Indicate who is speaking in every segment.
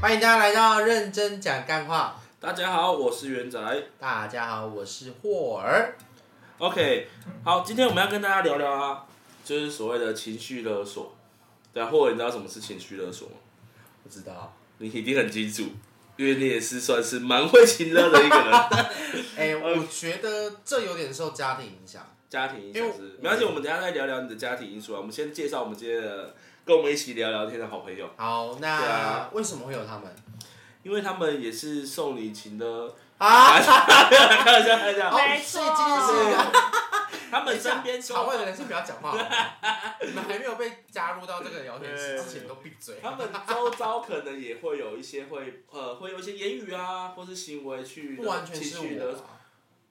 Speaker 1: 欢迎大家来到认真讲干话。
Speaker 2: 大家好，我是元仔。
Speaker 1: 大家好，我是霍儿。
Speaker 2: OK，好，今天我们要跟大家聊聊啊，就是所谓的情绪勒索。对啊，或者你知道什么是情绪勒索吗？
Speaker 1: 不知道，
Speaker 2: 你一定很清楚，因为你也是算是蛮会情勒的一个 人。
Speaker 1: 哎、
Speaker 2: 呃
Speaker 1: 我觉得这有点受家庭影响。
Speaker 2: 家庭因
Speaker 1: 因为
Speaker 2: 素是，没关系，我们等一下再聊聊你的家庭因素啊。我们先介绍我们今天的跟我们一起聊聊天的好朋友，
Speaker 1: 好，那、
Speaker 2: 对啊
Speaker 1: 为什么会有他们？
Speaker 2: 因为他们也是受你情勒。
Speaker 1: 啊，哦
Speaker 2: 开玩笑，开玩笑。
Speaker 3: 没
Speaker 1: 所
Speaker 3: 错
Speaker 1: 以今天是一个
Speaker 2: 他们身边
Speaker 1: 场外的人先不要讲话好吗，你们还没有被加入到这个聊天室之前都闭嘴。
Speaker 2: 他们 周遭可能也会有一些会呃，会有一些言语啊，或是行为去
Speaker 1: 不完全是
Speaker 2: 情绪
Speaker 1: 我啊
Speaker 2: 的，
Speaker 1: 吧，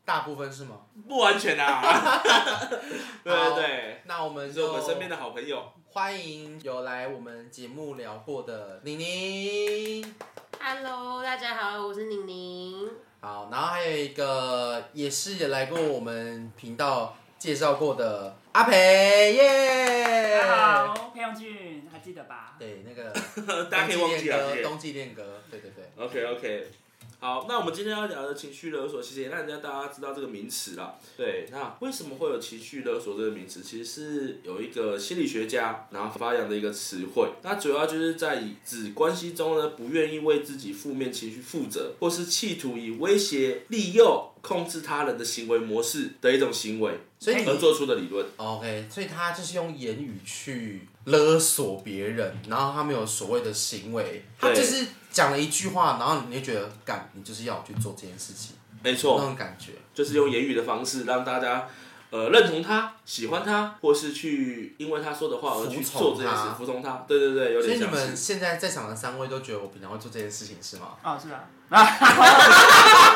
Speaker 1: 大部分是吗？
Speaker 2: 不完全啊。 对对对，
Speaker 1: 那我们
Speaker 2: 是
Speaker 1: 就
Speaker 2: 我们身边的好朋友。
Speaker 1: 欢迎有来我们节目聊过的宁宁。
Speaker 3: Hello，大家好，我是宁宁。
Speaker 1: 好，然后还有一个也是也来过我们频道介绍过的阿培耶。
Speaker 4: 大家好，哦裴勇俊，还记得吧？
Speaker 1: 对，那个
Speaker 2: 大家可以忘记了
Speaker 1: 冬季
Speaker 2: 对
Speaker 1: 恋歌，冬季恋歌，对对对，
Speaker 2: OK OK，好，那我们今天要聊的情绪勒索，其实也让人家大家知道这个名词啦。对，那为什么会有情绪勒索这个名词？其实是有一个心理学家然后发扬的一个词汇，那主要就是在以指关系中呢，不愿意为自己负面情绪负责，或是企图以威胁、利诱、控制他人的行为模式的一种行为
Speaker 1: 所以
Speaker 2: 而
Speaker 1: 你哦
Speaker 2: 做出的理论。
Speaker 1: OK，所以他就是用言语去勒索别人，然后他没有所谓的行为，他
Speaker 2: 对
Speaker 1: 就是讲了一句话，然后你就觉得干，你就是要我去做这件事情，
Speaker 2: 没错
Speaker 1: 那，种感觉。
Speaker 2: 就是用言语的方式让大家呃认同他、喜欢他，或是去因为他说的话而去
Speaker 1: 服从
Speaker 2: 做这件
Speaker 1: 他
Speaker 2: 事，服从他。对对对，有
Speaker 1: 所以
Speaker 2: 点
Speaker 1: 你
Speaker 2: 像是。
Speaker 1: 们现在在场的三位都觉得我平常会做这件事情是 吗？
Speaker 4: 哦，是 啊。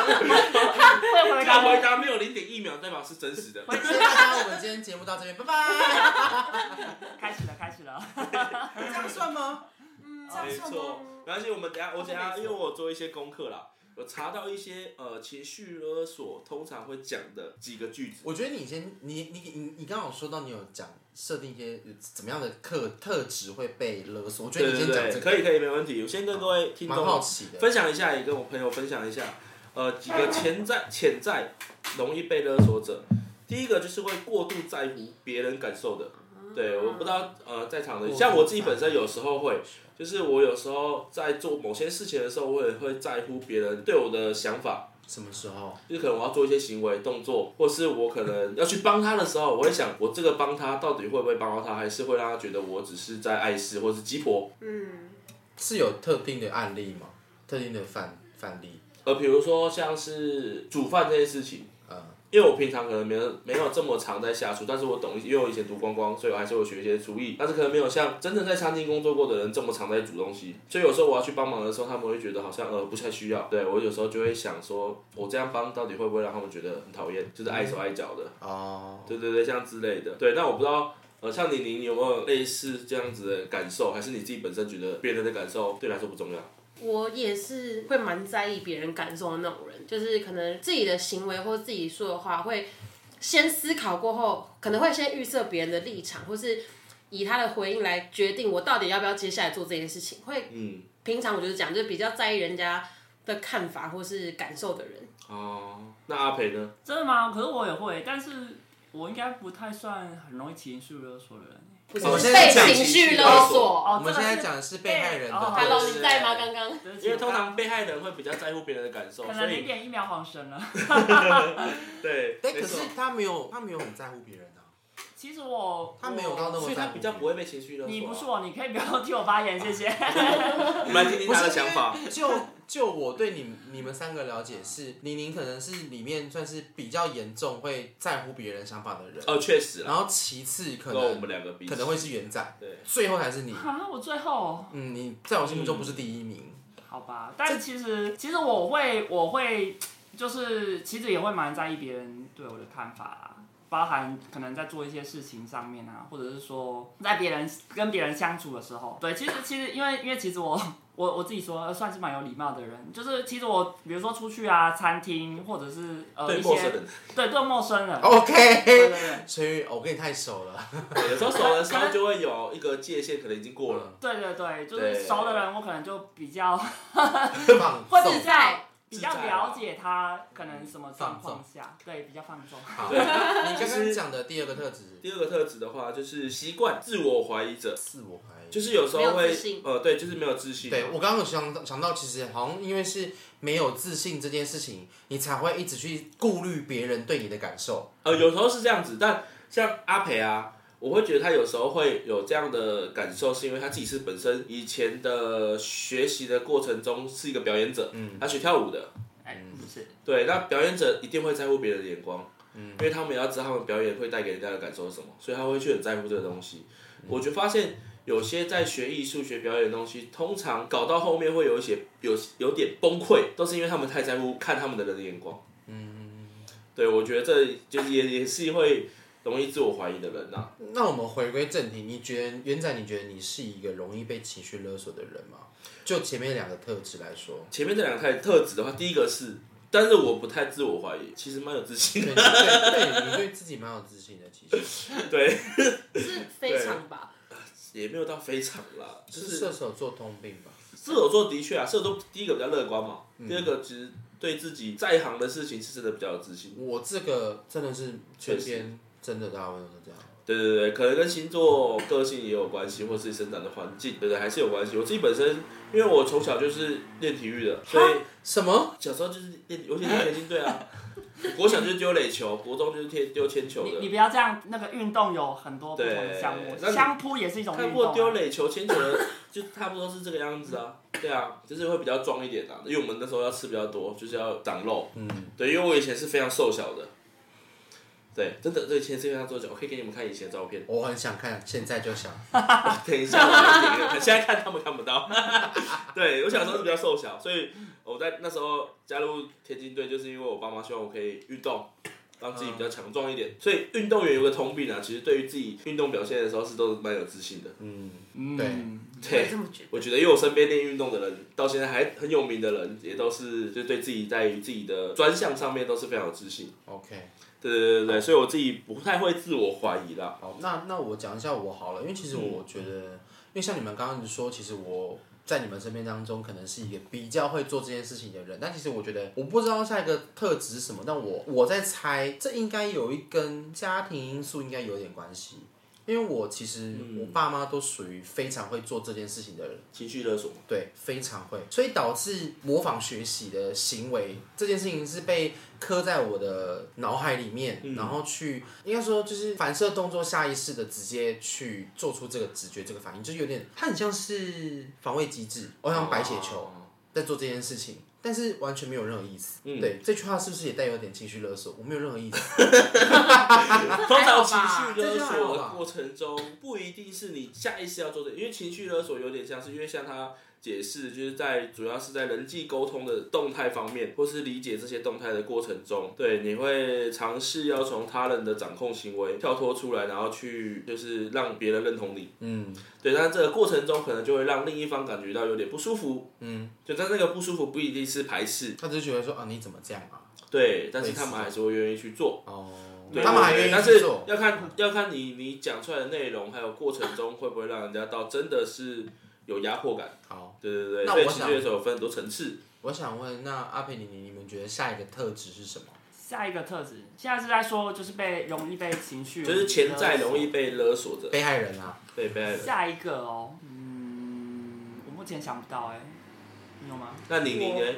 Speaker 4: 会回
Speaker 2: 这个
Speaker 4: 答
Speaker 2: 回答没有零点一秒，代表是真实的。
Speaker 1: 谢谢大家，我们今天节目到这边，拜拜。
Speaker 4: 开始了，开始了。
Speaker 1: 这样算吗？
Speaker 3: 嗯，这
Speaker 2: 没错，没关系，我们等一下我等一下，因为我做一些功课啦，我查到一些呃情绪勒索通常会讲的几个句子。
Speaker 1: 我觉得你先，你你你你刚好说到你有讲设定一些怎么样的特特质会被勒索，我觉得
Speaker 2: 对
Speaker 1: 你
Speaker 2: 对
Speaker 1: 先讲
Speaker 2: 对，
Speaker 1: 这个，
Speaker 2: 可以可以，没问题。我先跟各位听
Speaker 1: 蛮
Speaker 2: 众
Speaker 1: 好奇的。
Speaker 2: 分享一下，也跟我朋友分享一下，呃，几个潜在潜在容易被勒索者。第一个就是会过度在乎别人感受的，对，我不知道呃，在场的像我自己本身有时候会，就是我有时候在做某些事情的时候，我也会在乎别人对我的想法，
Speaker 1: 什么时候？
Speaker 2: 就是可能我要做一些行为动作，或是我可能要去帮他的时候，我会想，我这个帮他到底会不会帮到他，还是会让他觉得我只是在碍事或是鸡婆，
Speaker 3: 嗯，
Speaker 1: 是有特定的案例吗？特定的范范例？
Speaker 2: 呃，比如说像是煮饭这件事情，
Speaker 1: 嗯
Speaker 2: 因为我平常可能没有没有这么常在下厨，但是我懂一些，因为我以前读观光，所以我还是有学一些厨艺，但是可能没有像真正在餐厅工作过的人这么常在煮东西，所以有时候我要去帮忙的时候，他们会觉得好像呃不太需要，对我有时候就会想说，我这样帮到底会不会让他们觉得很讨厌，就是碍手碍脚的，
Speaker 1: 哦，
Speaker 2: 对对对，像之类的，对，那我不知道。呃，像你，你有没有类似这样子的感受，还是你自己本身觉得别人的感受对你来说不重要？
Speaker 3: 我也是会蛮在意别人感受的那种人，就是可能自己的行为或自己说的话，会先思考过后，可能会先预设别人的立场，或是以他的回应来决定我到底要不要接下来做这件事情。会
Speaker 2: 嗯，
Speaker 3: 平常我就是讲，就是比较在意人家的看法或是感受的人。
Speaker 2: 哦，那阿培呢？
Speaker 4: 真的吗？可是我也会，但是我应该不太算很容易情绪勒索的人。
Speaker 3: 不是
Speaker 1: 我现在
Speaker 3: 被
Speaker 1: 讲
Speaker 3: 情
Speaker 2: 情绪
Speaker 3: 绪
Speaker 2: 勒
Speaker 3: 勒
Speaker 2: 索
Speaker 3: 索。
Speaker 1: 我
Speaker 4: 哦，
Speaker 1: 们现在讲的是被害人的。
Speaker 4: 哦
Speaker 1: 对
Speaker 3: Hello，
Speaker 2: 对
Speaker 3: 你在吗？刚刚
Speaker 4: 真的是，
Speaker 2: 因为通常被害人会比较在乎别人的感受，
Speaker 4: 可
Speaker 2: 所
Speaker 4: 能零
Speaker 2: 以
Speaker 4: 点一秒晃神了。
Speaker 2: 对，
Speaker 1: 但
Speaker 2: 没
Speaker 1: 哎可
Speaker 2: 错
Speaker 1: 是他没有，他没有很在乎别人啊，
Speaker 4: 其实我
Speaker 1: 他没有到那么
Speaker 2: 所以
Speaker 1: 在
Speaker 2: 他
Speaker 1: 乎
Speaker 2: 比
Speaker 1: 别人。
Speaker 2: 较不会被情绪勒索啊。
Speaker 4: 你不是我，你可以不要替我发言，谢谢。
Speaker 2: 我们来听听他的
Speaker 1: 不是
Speaker 2: 想法。
Speaker 1: 因为就就我对你你们三个了解是，宁宁可能是里面算是比较严重会在乎别人想法的人，
Speaker 2: 哦，确实啦，
Speaker 1: 然后其次可
Speaker 2: 跟我
Speaker 1: 能
Speaker 2: 们两个比起，
Speaker 1: 可能会 是元仔，
Speaker 2: 对
Speaker 1: 最后才是你。
Speaker 4: 啊，我最后
Speaker 1: 嗯，你在我心目中不是第一名。
Speaker 4: 好吧，但其实其实我会我会就是其实也会蛮在意别人对我的看法啦，包含可能在做一些事情上面啊，或者是说在别人跟别人相处的时候，对，其实其实因为因为其实我。 我我自己说呃算是蛮有礼貌的人，就是其实我比如说出去啊，餐厅或者是呃
Speaker 2: 对
Speaker 4: 一
Speaker 2: 陌生
Speaker 4: 些
Speaker 2: 人，哦
Speaker 4: 对对陌生人，对
Speaker 1: OK，
Speaker 4: 对对
Speaker 1: 所以我跟你太熟 了，
Speaker 2: 对有时候熟的时候就会有一个界限，可能已经过
Speaker 1: 嗯
Speaker 2: 了。
Speaker 4: 对对对，就
Speaker 2: 对
Speaker 4: 是熟的人我可能就比较
Speaker 1: 放
Speaker 4: 或者
Speaker 1: 纵
Speaker 4: 是在比较
Speaker 2: 自在啊
Speaker 4: 了解他可能什么状
Speaker 1: 放
Speaker 4: 况下，对比较放纵。
Speaker 1: 好。
Speaker 2: 对，
Speaker 1: 你刚刚讲的第二个特质，
Speaker 2: 第二个特质的话，就是习惯自我怀疑者，
Speaker 1: 自我怀疑，
Speaker 2: 就是有时
Speaker 3: 没
Speaker 2: 候
Speaker 3: 有
Speaker 2: 会
Speaker 3: 自信
Speaker 2: 呃，对，就是没有自信。
Speaker 1: 对我刚刚有想到想到，其实好像因为是没有自信这件事情，你才会一直去顾虑别人对你的感受。
Speaker 2: 呃，有时候是这样子，但像阿培啊，我会觉得他有时候会有这样的感受，是因为他自己是本身以前的学习的过程中是一个表演者，
Speaker 1: 嗯
Speaker 2: 他学跳舞的，
Speaker 4: 哎，不是，
Speaker 2: 对，那表演者一定会在乎别人的眼光，嗯，因为他们也要知道他们表演会带给人家的感受是什么，所以他会去很在乎这个东西。我就发现有些在学艺术、学表演的东西，通常搞到后面会有一些有有点崩溃，都是因为他们太在乎看他们的人的眼光。嗯，对，我觉得这就是也也是会容易自我怀疑的人呐、啊
Speaker 1: 那我们回归正题，你觉得元仔，你觉得你是一个容易被情绪勒索的人吗？就前面两个特质来说，
Speaker 2: 前面这两个特特质的话，第一个是，但是我不太自我怀疑，其实蛮有自信
Speaker 1: 对
Speaker 2: 的。
Speaker 1: 对对，你对自己蛮有自信的，其实
Speaker 2: 对，
Speaker 3: 是非常吧？
Speaker 2: 也没有到非常啦，就是
Speaker 1: 是射手座通病吧？
Speaker 2: 射手座的确啊，射手座第一个比较乐观嘛，第二个其实对自己在行的事情是真的比较有自信。
Speaker 1: 我这个真的是
Speaker 2: 确
Speaker 1: 全
Speaker 2: 实
Speaker 1: 边真的大部分都是这样。
Speaker 2: 对对对，可能跟星座、个性也有关系，或是生长的环境，对对，还是有关系。我自己本身，因为我从小就是练体育的，所以
Speaker 1: 什么？
Speaker 2: 小时候就是练，尤其是田径队啊。国小就是丢垒球，国中就是贴丢铅球
Speaker 4: 你你
Speaker 2: 的。
Speaker 4: 不要这样，那个运动有很多不同的项目
Speaker 2: 对那，你
Speaker 4: 相扑也是一种
Speaker 2: 看
Speaker 4: 运
Speaker 2: 过
Speaker 4: 动
Speaker 2: 丢
Speaker 4: 啊。
Speaker 2: 垒球、铅球的，就差不多是这个样子啊。对啊，就是会比较壮一点啊，因为我们那时候要吃比较多，就是要长肉。
Speaker 1: 嗯，，
Speaker 2: 对，因为我以前是非常瘦小的，对，真的，对，以前是非常瘦小。我可以给你们看以前的照片
Speaker 1: 我很想看，现在就想。
Speaker 2: 等一下，我给你们看现在看他们看不到。 对，我小时候是比较瘦小，所以哦我在那时候加入田径队，就是因为我爸妈希望我可以运动。让自己比较强壮一点，所以运动员有个通病啊，其实对于自己运动表现的时候是都蛮有自信的。
Speaker 1: 嗯，
Speaker 4: 嗯，
Speaker 3: 我也
Speaker 2: 对，
Speaker 3: 这么觉得。
Speaker 2: 我觉得，因为我身边练运动的人，到现在还很有名的人，也都是就对自己在于自己的专项上面都是非常有自信。
Speaker 1: OK，
Speaker 2: 对对对对，所以我自己不太会自我怀疑啦。
Speaker 1: 好，那那我讲一下我好了，因为其实我觉得，因为像你们刚刚说，其实我在你们身边当中，可能是一个比较会做这件事情的人，但其实我觉得，我不知道下一个特质是什么，但我我在猜，这应该有一跟家庭因素应该有点关系。因为我其实我爸妈都属于非常会做这件事情的人，
Speaker 2: 情绪勒索，
Speaker 1: 对，非常会，所以导致模仿学习的行为这件事情是被刻在我的脑海里面，
Speaker 2: 嗯
Speaker 1: 然后去应该说就是反射动作，下意识的直接去做出这个直觉这个反应，就是有点它很像是防卫机制，我像白血球
Speaker 2: 哦
Speaker 1: 在做这件事情。但是完全没有任何意思，
Speaker 2: 嗯
Speaker 1: 对这句话是不是也带有点情绪勒索？我没有任何意思，
Speaker 2: 通常
Speaker 3: 还好吧
Speaker 2: 情绪勒
Speaker 1: 这就还好
Speaker 2: 索的
Speaker 1: 吧
Speaker 2: 过程中，不一定是你下意识要做的，因为情绪勒索有点像是，因为像他解释，就是在主要是在人际沟通的动态方面，或是理解这些动态的过程中，对，你会尝试要从他人的掌控行为跳脱出来，然后去就是让别人认同你，
Speaker 1: 嗯，
Speaker 2: 对，但这个过程中可能就会让另一方感觉到有点不舒服，嗯，就但那个不舒服不一定是排斥，
Speaker 1: 他只是觉得说啊你怎么这样啊，
Speaker 2: 对，但是他们还是会愿意去做。
Speaker 1: 哦，
Speaker 2: 对
Speaker 1: 他们还
Speaker 2: 对
Speaker 1: 愿意
Speaker 2: 但
Speaker 1: 去
Speaker 2: 是
Speaker 1: 做，
Speaker 2: 要看要看你你讲出来的内容，还有过程中会不会让人家到真的是有压迫感。
Speaker 1: 好，
Speaker 2: 对对对，
Speaker 1: 那
Speaker 2: 所以
Speaker 1: 我
Speaker 2: 情
Speaker 1: 想
Speaker 2: 绪的时候有分很多层次。
Speaker 1: 我想问，那阿佩你你你们觉得下一个特质是什么？
Speaker 4: 下一个特质，现在是在说就是被容易被情绪，
Speaker 2: 就是潜在容易。被勒索的
Speaker 1: 被害人啊，
Speaker 2: 被被害人。
Speaker 4: 下一个哦，嗯，我目前想不到哎，你有吗？
Speaker 2: 那你你
Speaker 3: 我
Speaker 2: 呢？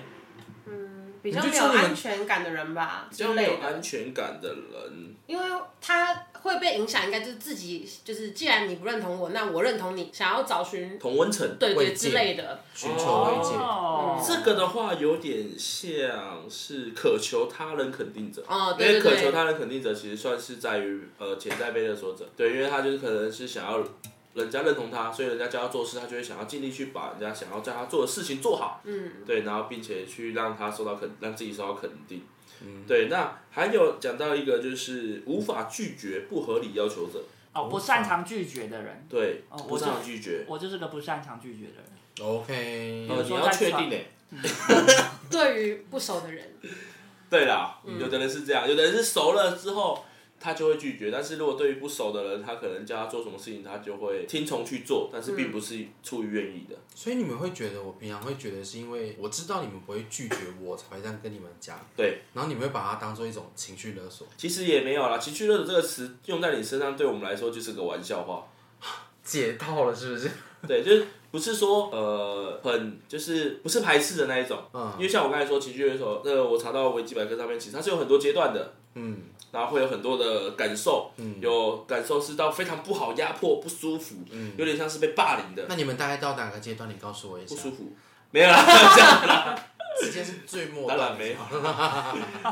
Speaker 3: 嗯，比较
Speaker 1: 你
Speaker 3: 没
Speaker 1: 就说
Speaker 3: 有
Speaker 1: 你们
Speaker 3: 安全感的人吧
Speaker 2: 比
Speaker 3: 之
Speaker 2: 较没有
Speaker 3: 类的
Speaker 2: 安，全感的人，
Speaker 3: 因为他会被影响，应该就是自己，就是既然你不认同我，那我认同你，想要找寻
Speaker 2: 同温层。
Speaker 3: 对
Speaker 1: 慰
Speaker 3: 对
Speaker 1: 藉
Speaker 3: 之类的。
Speaker 1: 寻求慰藉。
Speaker 4: 哦，
Speaker 2: 这个的话有点像是渴求他人肯定者，
Speaker 3: 哦
Speaker 2: 因
Speaker 3: 对
Speaker 2: 为
Speaker 3: 对对
Speaker 2: 渴求他人肯定者其实算是在于呃潜在被勒索者，对，因为他就是可能是想要人家认同他，所以人家叫他做事，他就会想要尽力去把人家想要叫他做的事情做好，
Speaker 3: 嗯，
Speaker 2: 对，然后并且去让他受到肯，让自己受到肯定，对，那还有讲到一个就是无法拒绝不合理要求者，
Speaker 4: 哦，不擅长拒绝的人，
Speaker 2: 对，
Speaker 4: 哦
Speaker 2: 不
Speaker 4: 我
Speaker 2: 擅长
Speaker 4: 就
Speaker 2: 拒绝，
Speaker 4: 我就是个不擅长拒绝的人。
Speaker 1: OK，
Speaker 2: 呃，
Speaker 4: 说
Speaker 2: 你要
Speaker 4: 在
Speaker 2: 确
Speaker 4: 传
Speaker 2: 定诶、
Speaker 3: 对于不熟的人，
Speaker 2: 对啦，
Speaker 1: 嗯
Speaker 2: 有的人是这样，有的人是熟了之后他就会拒绝，但是如果对于不熟的人，他可能叫他做什么事情，他就会听从去做，但是并
Speaker 1: 嗯
Speaker 2: 不是出于愿意的。
Speaker 1: 所以你们会觉得我平常会觉得是因为我知道你们不会拒绝我，才会这样跟你们讲。
Speaker 2: 对，
Speaker 1: 然后你们会把它当做一种情绪勒索，
Speaker 2: 其实也没有啦，情绪勒索这个词用在你身上，对我们来说就是个玩笑话。
Speaker 1: 解套了是不是？
Speaker 2: 对，就是不是说呃很就是不是排斥的那一种，
Speaker 1: 嗯
Speaker 2: 因为像我刚才说情绪勒索，那个我查到维基百科上面，其实它是有很多阶段的，
Speaker 1: 嗯
Speaker 2: 然后会有很多的感受，
Speaker 1: 嗯。
Speaker 2: 有感受是到非常不好、压迫、不舒服，有点像是被霸凌的，
Speaker 1: 嗯那你们大概到哪个阶段？你告诉我一
Speaker 2: 不
Speaker 1: 下。
Speaker 2: 舒服。没有啦，
Speaker 1: 直接是最末
Speaker 2: 当
Speaker 1: 端。
Speaker 2: 然 没有。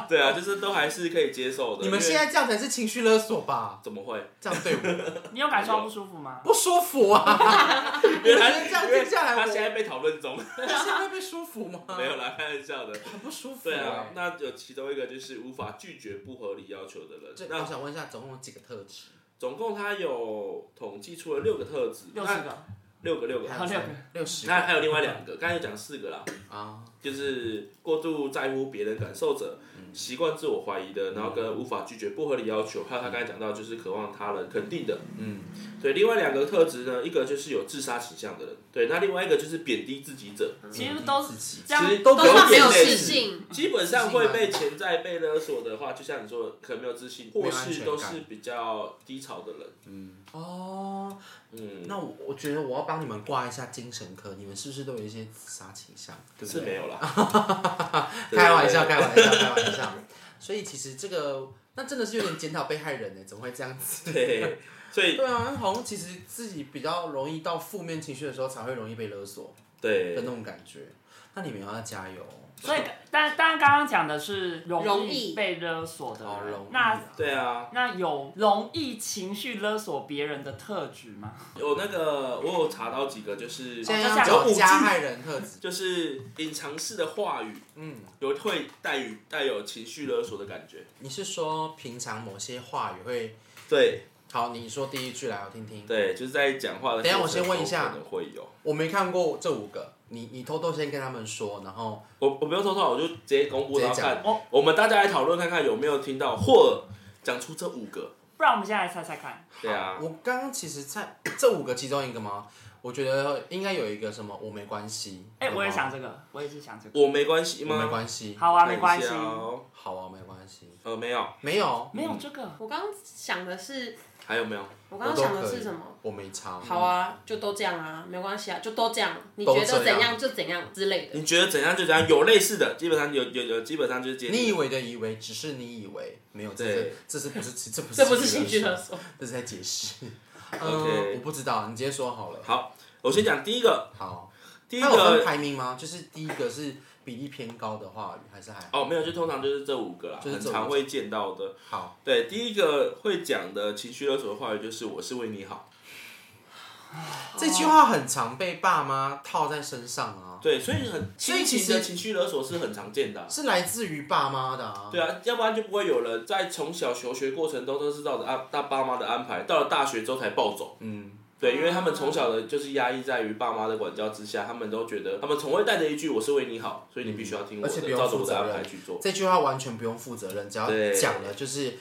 Speaker 2: 对啊，就是都还是可以接受的。
Speaker 1: 你们
Speaker 2: 因为
Speaker 1: 现在这样才是情绪勒索吧？
Speaker 2: 怎么会？
Speaker 1: 这样对我
Speaker 4: 你有感受到不舒服吗？
Speaker 1: 不舒服啊！
Speaker 2: 因为他
Speaker 1: 这样听下来我
Speaker 2: 他现在被讨论中，
Speaker 1: 现在会被舒服吗？
Speaker 2: 没有，啦，开玩笑的。
Speaker 1: 很不舒服、
Speaker 2: 对啊
Speaker 1: 欸，
Speaker 2: 那有其中一个就是无法拒绝不合理要求的
Speaker 1: 这
Speaker 2: 人。
Speaker 1: 我
Speaker 2: 那
Speaker 1: 想问一下，总共有几个特质？
Speaker 2: 总共他有统计出了六个特质，
Speaker 4: 六十
Speaker 2: 那
Speaker 4: 个，
Speaker 2: 六个六个，
Speaker 1: 还
Speaker 4: 好
Speaker 1: 有
Speaker 4: 六
Speaker 1: 谁
Speaker 4: 个，
Speaker 1: 六十
Speaker 2: 那
Speaker 1: 个
Speaker 2: 还有另外两个，刚才有讲四个啦，
Speaker 1: 啊！
Speaker 2: 就是过度在乎别人感受者，
Speaker 1: 嗯
Speaker 2: 习惯自我怀疑的，然后跟无法拒绝不合理要求，还有他刚才讲到就是渴望他人肯定的，
Speaker 1: 嗯，
Speaker 2: 对，另外两个特质呢，一个就是有自杀倾向的人，对，那另外一个就是贬低自己者，
Speaker 1: 嗯
Speaker 4: 其实都
Speaker 1: 自
Speaker 4: 是
Speaker 1: 己
Speaker 4: 这样
Speaker 2: 其实
Speaker 4: 都
Speaker 2: 都
Speaker 3: 都是没
Speaker 2: 点
Speaker 3: 有
Speaker 2: 类似。
Speaker 3: 自信，
Speaker 2: 基本上会被潜在被勒索的话，就像你说的，可能没有自信，
Speaker 1: 有
Speaker 2: 或
Speaker 1: 安
Speaker 2: 是
Speaker 1: 全
Speaker 2: 都
Speaker 1: 感
Speaker 2: 是比较低潮的人。
Speaker 1: 哦。
Speaker 2: 嗯，
Speaker 1: 那我我觉得我要帮你们挂一下精神科，你们是不是都有一些自杀倾向？对不
Speaker 2: 是
Speaker 1: 对？
Speaker 2: 没 有啦，
Speaker 1: 开玩笑，
Speaker 2: 对
Speaker 1: 开玩笑，开玩笑。所以其实这个那真的是有点检讨被害人呢，欸怎么会这样子？
Speaker 2: 对，所以
Speaker 1: 对啊，好像其实自己比较容易到负面情绪的时候，才会容易被勒索的那
Speaker 2: 对
Speaker 1: 种感觉。那你们要加油哦。
Speaker 4: 所以，但但刚刚讲的是容
Speaker 3: 容
Speaker 4: 易
Speaker 3: 易
Speaker 4: 被勒索的
Speaker 1: 哦，
Speaker 4: 人
Speaker 1: 容易
Speaker 4: 那
Speaker 1: 啊
Speaker 2: 对啊，
Speaker 4: 那有容易情绪勒索别人的特质吗？
Speaker 2: 有那个我有查到几个，就是
Speaker 1: 现在要
Speaker 4: 哦就像
Speaker 2: 有
Speaker 1: 找
Speaker 2: 五
Speaker 1: 加
Speaker 2: 句，
Speaker 1: 害人特质，
Speaker 2: 就是隐藏式的话语，
Speaker 1: 嗯，
Speaker 2: 有会带有带有情绪勒索的感觉。
Speaker 1: 你是说平常某些话语会？
Speaker 2: 对
Speaker 1: 好，你说第一句来，我听听。
Speaker 2: 对，就是在讲话的。
Speaker 1: 等一下我先问一下
Speaker 2: 可能会有。
Speaker 1: 我没看过这五个，你你偷偷先跟他们说，然后
Speaker 2: 我我不用偷啊偷，我就直接公
Speaker 1: 直
Speaker 2: 布，
Speaker 1: 接
Speaker 2: 然后看
Speaker 4: 讲哦
Speaker 2: 我们大家来讨论看看有没有听到或讲出这五个。
Speaker 4: 不然我们现在来猜猜看。
Speaker 2: 对啊，
Speaker 1: 我刚刚其实在 这五个其中一个吗？我觉得应该有一个什么我没关系。
Speaker 4: 哎、
Speaker 1: 有吗
Speaker 4: 我也想这个，我也是想这个。
Speaker 2: 我没关系
Speaker 1: 我
Speaker 2: 吗？
Speaker 1: 没关系。
Speaker 4: 好啊，没关系。
Speaker 2: 看一下哦
Speaker 1: 好啊，没关系。
Speaker 2: 呃，没有，
Speaker 1: 没有，
Speaker 4: 没有这个，
Speaker 3: 我刚刚想的是，
Speaker 2: 还有没有？
Speaker 3: 我刚刚想的是什么？
Speaker 1: 我没差。
Speaker 3: 好啊，就都这样啊，没关系啊，就都这样，你觉
Speaker 1: 都
Speaker 3: 得
Speaker 1: 这样
Speaker 3: 怎样就怎样之类的。
Speaker 2: 你觉得怎样就怎样，有类似的，基本上有有有，基本上就是接近
Speaker 1: 你以为的以为，只是你以为，没有，这是
Speaker 2: 对
Speaker 1: 这是不是这不是
Speaker 3: 这不是情绪勒
Speaker 1: 的，
Speaker 3: 索，
Speaker 1: 这是在解释。嗯，
Speaker 2: OK
Speaker 1: 我不知道，你直接说好了。
Speaker 2: 好，我先讲第一个，
Speaker 1: 好，
Speaker 2: 第一
Speaker 1: 那有分
Speaker 2: 个
Speaker 1: 排名吗？就是第一个是比例偏高的话语，还是还
Speaker 2: 哦，没有，就通常就是这五个啦，
Speaker 1: 就是
Speaker 2: 很
Speaker 1: 这五
Speaker 2: 常
Speaker 1: 个
Speaker 2: 会见到的。
Speaker 1: 好？
Speaker 2: 对，第一个会讲的情绪勒索的话语就是“我是为你好
Speaker 1: 这句话很常被爸妈套在身上啊”，，
Speaker 2: 对，所以很
Speaker 1: 所以
Speaker 2: 亲
Speaker 1: 其
Speaker 2: 情的
Speaker 1: 实
Speaker 2: 情绪勒索是很常见的啊、
Speaker 1: 是来自于爸妈的啊。
Speaker 2: 对啊，要不然就不会有人在从小求学过程中都是照着安大爸妈的安排，到了大学之后才暴走。
Speaker 1: 嗯，
Speaker 2: 对，因为他们从小的就是压抑在于爸妈的管教之下，他们都觉得他们从未带着一句“我是为你好”，所以你必须要听我
Speaker 1: 嗯而且不
Speaker 2: 的，
Speaker 1: 用
Speaker 2: 照着我
Speaker 1: 负
Speaker 2: 的
Speaker 1: 责
Speaker 2: 安
Speaker 1: 任
Speaker 2: 排去做。
Speaker 1: 这句话完全不用负责任，只要
Speaker 2: 对
Speaker 1: 讲了就是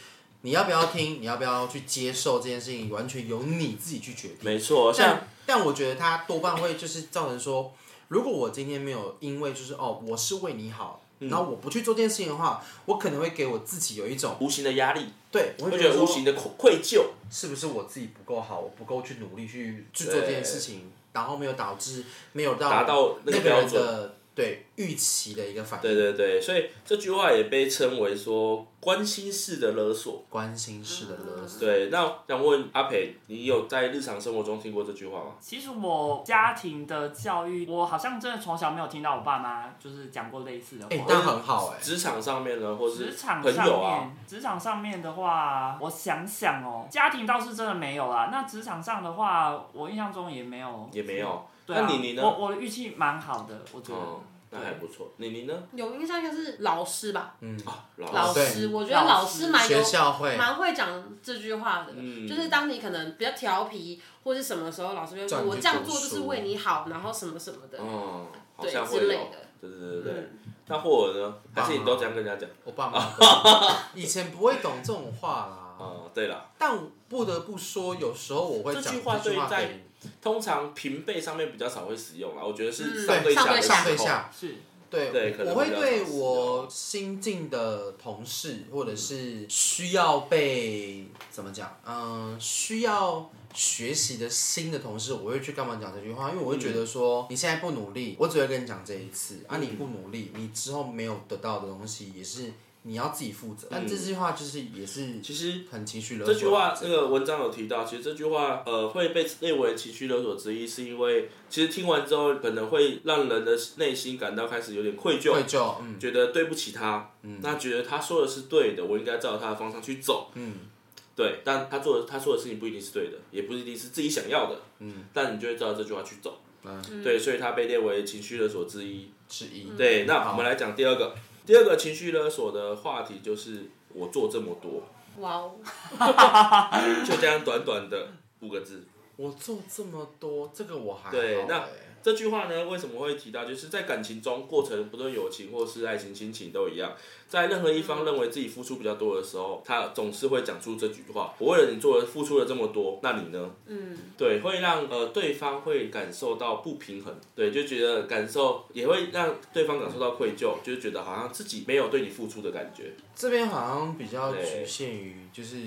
Speaker 1: 你要不要听，你要不要去接受这件事情，完全由你自己去决定。
Speaker 2: 没错，像
Speaker 1: 但但我觉得他多半会就是造成说，如果我今天没有因为就是哦我是为你好，
Speaker 2: 嗯
Speaker 1: 然后我不去做这件事情的话，我可能会给我自己有一种
Speaker 2: 无形的压力，
Speaker 1: 对，我
Speaker 2: 嗯会
Speaker 1: 会
Speaker 2: 觉
Speaker 1: 觉
Speaker 2: 得
Speaker 1: 得
Speaker 2: 无
Speaker 1: 无
Speaker 2: 形
Speaker 1: 形
Speaker 2: 的愧愧疚。
Speaker 1: 是不是我自己不够好，我不够去努力去去做这件事情，然后没有导致没有到
Speaker 2: 达到那
Speaker 1: 那
Speaker 2: 个
Speaker 1: 个人
Speaker 2: 标准
Speaker 1: 的对预期的一个反应。
Speaker 2: 对对对，所以这句话也被称为说关心式的勒索。
Speaker 1: 关心式的勒索，
Speaker 2: 嗯对，那我想问阿培，你有在日常生活中听过这句话吗？
Speaker 4: 其实我家庭的教育，我好像真的从小没有听到我爸妈就是讲过类似的话。
Speaker 1: 哎、但很好哎、
Speaker 2: 职场上面呢，或是
Speaker 4: 职场
Speaker 2: 朋
Speaker 4: 上
Speaker 2: 友啊，
Speaker 4: 面，职场上面的话，我想想哦，家庭倒是真的没有啦。那职场上的话，我印象中也没有。
Speaker 2: 也没有。
Speaker 4: 对啊，
Speaker 2: 那你你呢
Speaker 4: 我我的运气蛮好的，我觉得。
Speaker 2: 哦那还不错。你你呢？
Speaker 3: 有印象就是老师吧，
Speaker 1: 嗯，
Speaker 2: 啊，
Speaker 3: 老
Speaker 2: 老
Speaker 1: 对
Speaker 3: 师，我觉得老师蛮有
Speaker 1: 学校会
Speaker 3: 蛮会讲这句话的，
Speaker 2: 嗯
Speaker 3: 就是当你可能比较调皮或是什么时候，老师就会说
Speaker 1: 叫你
Speaker 3: 我这样做
Speaker 1: 读
Speaker 3: 就
Speaker 1: 书
Speaker 3: 是为你好，然后什么什么的，
Speaker 2: 哦，好
Speaker 3: 对
Speaker 2: 像
Speaker 3: 之
Speaker 2: 会
Speaker 3: 类
Speaker 2: 有，
Speaker 3: 的。
Speaker 2: 对对对对
Speaker 3: 嗯。
Speaker 2: 那霍尔呢？还是你都这样跟人家讲？
Speaker 1: 我爸妈 会以前不会懂这种话啦，
Speaker 2: 哦，对了，
Speaker 1: 但不得不说，有时候我会
Speaker 2: 这
Speaker 1: 讲
Speaker 2: 句话
Speaker 1: 这句话
Speaker 2: 对于在
Speaker 1: 给
Speaker 2: 通常平辈上面比较少会使用啦，我觉得是
Speaker 3: 嗯
Speaker 2: 上
Speaker 1: 对
Speaker 2: 下的
Speaker 3: 对
Speaker 2: 时候
Speaker 1: 上对，下，
Speaker 4: 是
Speaker 1: 对，
Speaker 2: 对可能
Speaker 1: 我会
Speaker 2: 比较哦
Speaker 1: 对
Speaker 2: 少使
Speaker 1: 我新进的同事或者是需要被怎么讲，嗯、需要。学习的新的同事，我会去干嘛讲这句话？因为我会觉
Speaker 2: 嗯
Speaker 1: 得说，你现在不努力，我只会跟你讲这一次啊！你不努力，你之后没有得到的东西，也是你要自己负责。但这句话就是也是
Speaker 2: 嗯其实
Speaker 1: 很情绪勒
Speaker 2: 这
Speaker 1: 索。
Speaker 2: 句话，那个文章有提到，其实这句话呃会被列为情绪勒索之一，是因为其实听完之后可能会让人的内心感到开始有点愧疚，
Speaker 1: 愧疚，嗯，
Speaker 2: 觉得对不起他，那觉得他说的是对的，我应该照他的方向去走，
Speaker 1: 嗯，
Speaker 2: 对，但他做的他做的事情不一定是对的，也不一定是自己想要的，嗯，但你就会照这句话去走，
Speaker 1: 嗯
Speaker 2: 对，所以他被列为情绪勒索之一，
Speaker 1: 之一。
Speaker 2: 对，那
Speaker 1: 好
Speaker 2: 我们来讲第二个，第二个情绪勒索的话题就是我做这么多，
Speaker 3: 哇哦，
Speaker 2: 就这样短短的五个字。
Speaker 1: 我做这么多，这个我还好
Speaker 2: 对那
Speaker 1: 欸
Speaker 2: 这句话呢，为什么会提到？就是在感情中，过程不论友情或是爱情、亲情都一样，在任何一方认为自己付出比较多的时候，他总是会讲出这句话：“我为了你做了付出了这么多，那你呢？”
Speaker 3: 嗯，
Speaker 2: 对，会让呃对方会感受到不平衡，对，就觉得感受也会让对方感受到愧疚，就是觉得好像自己没有对你付出的感觉。
Speaker 1: 这边好像比较
Speaker 2: 对
Speaker 1: 局限于就是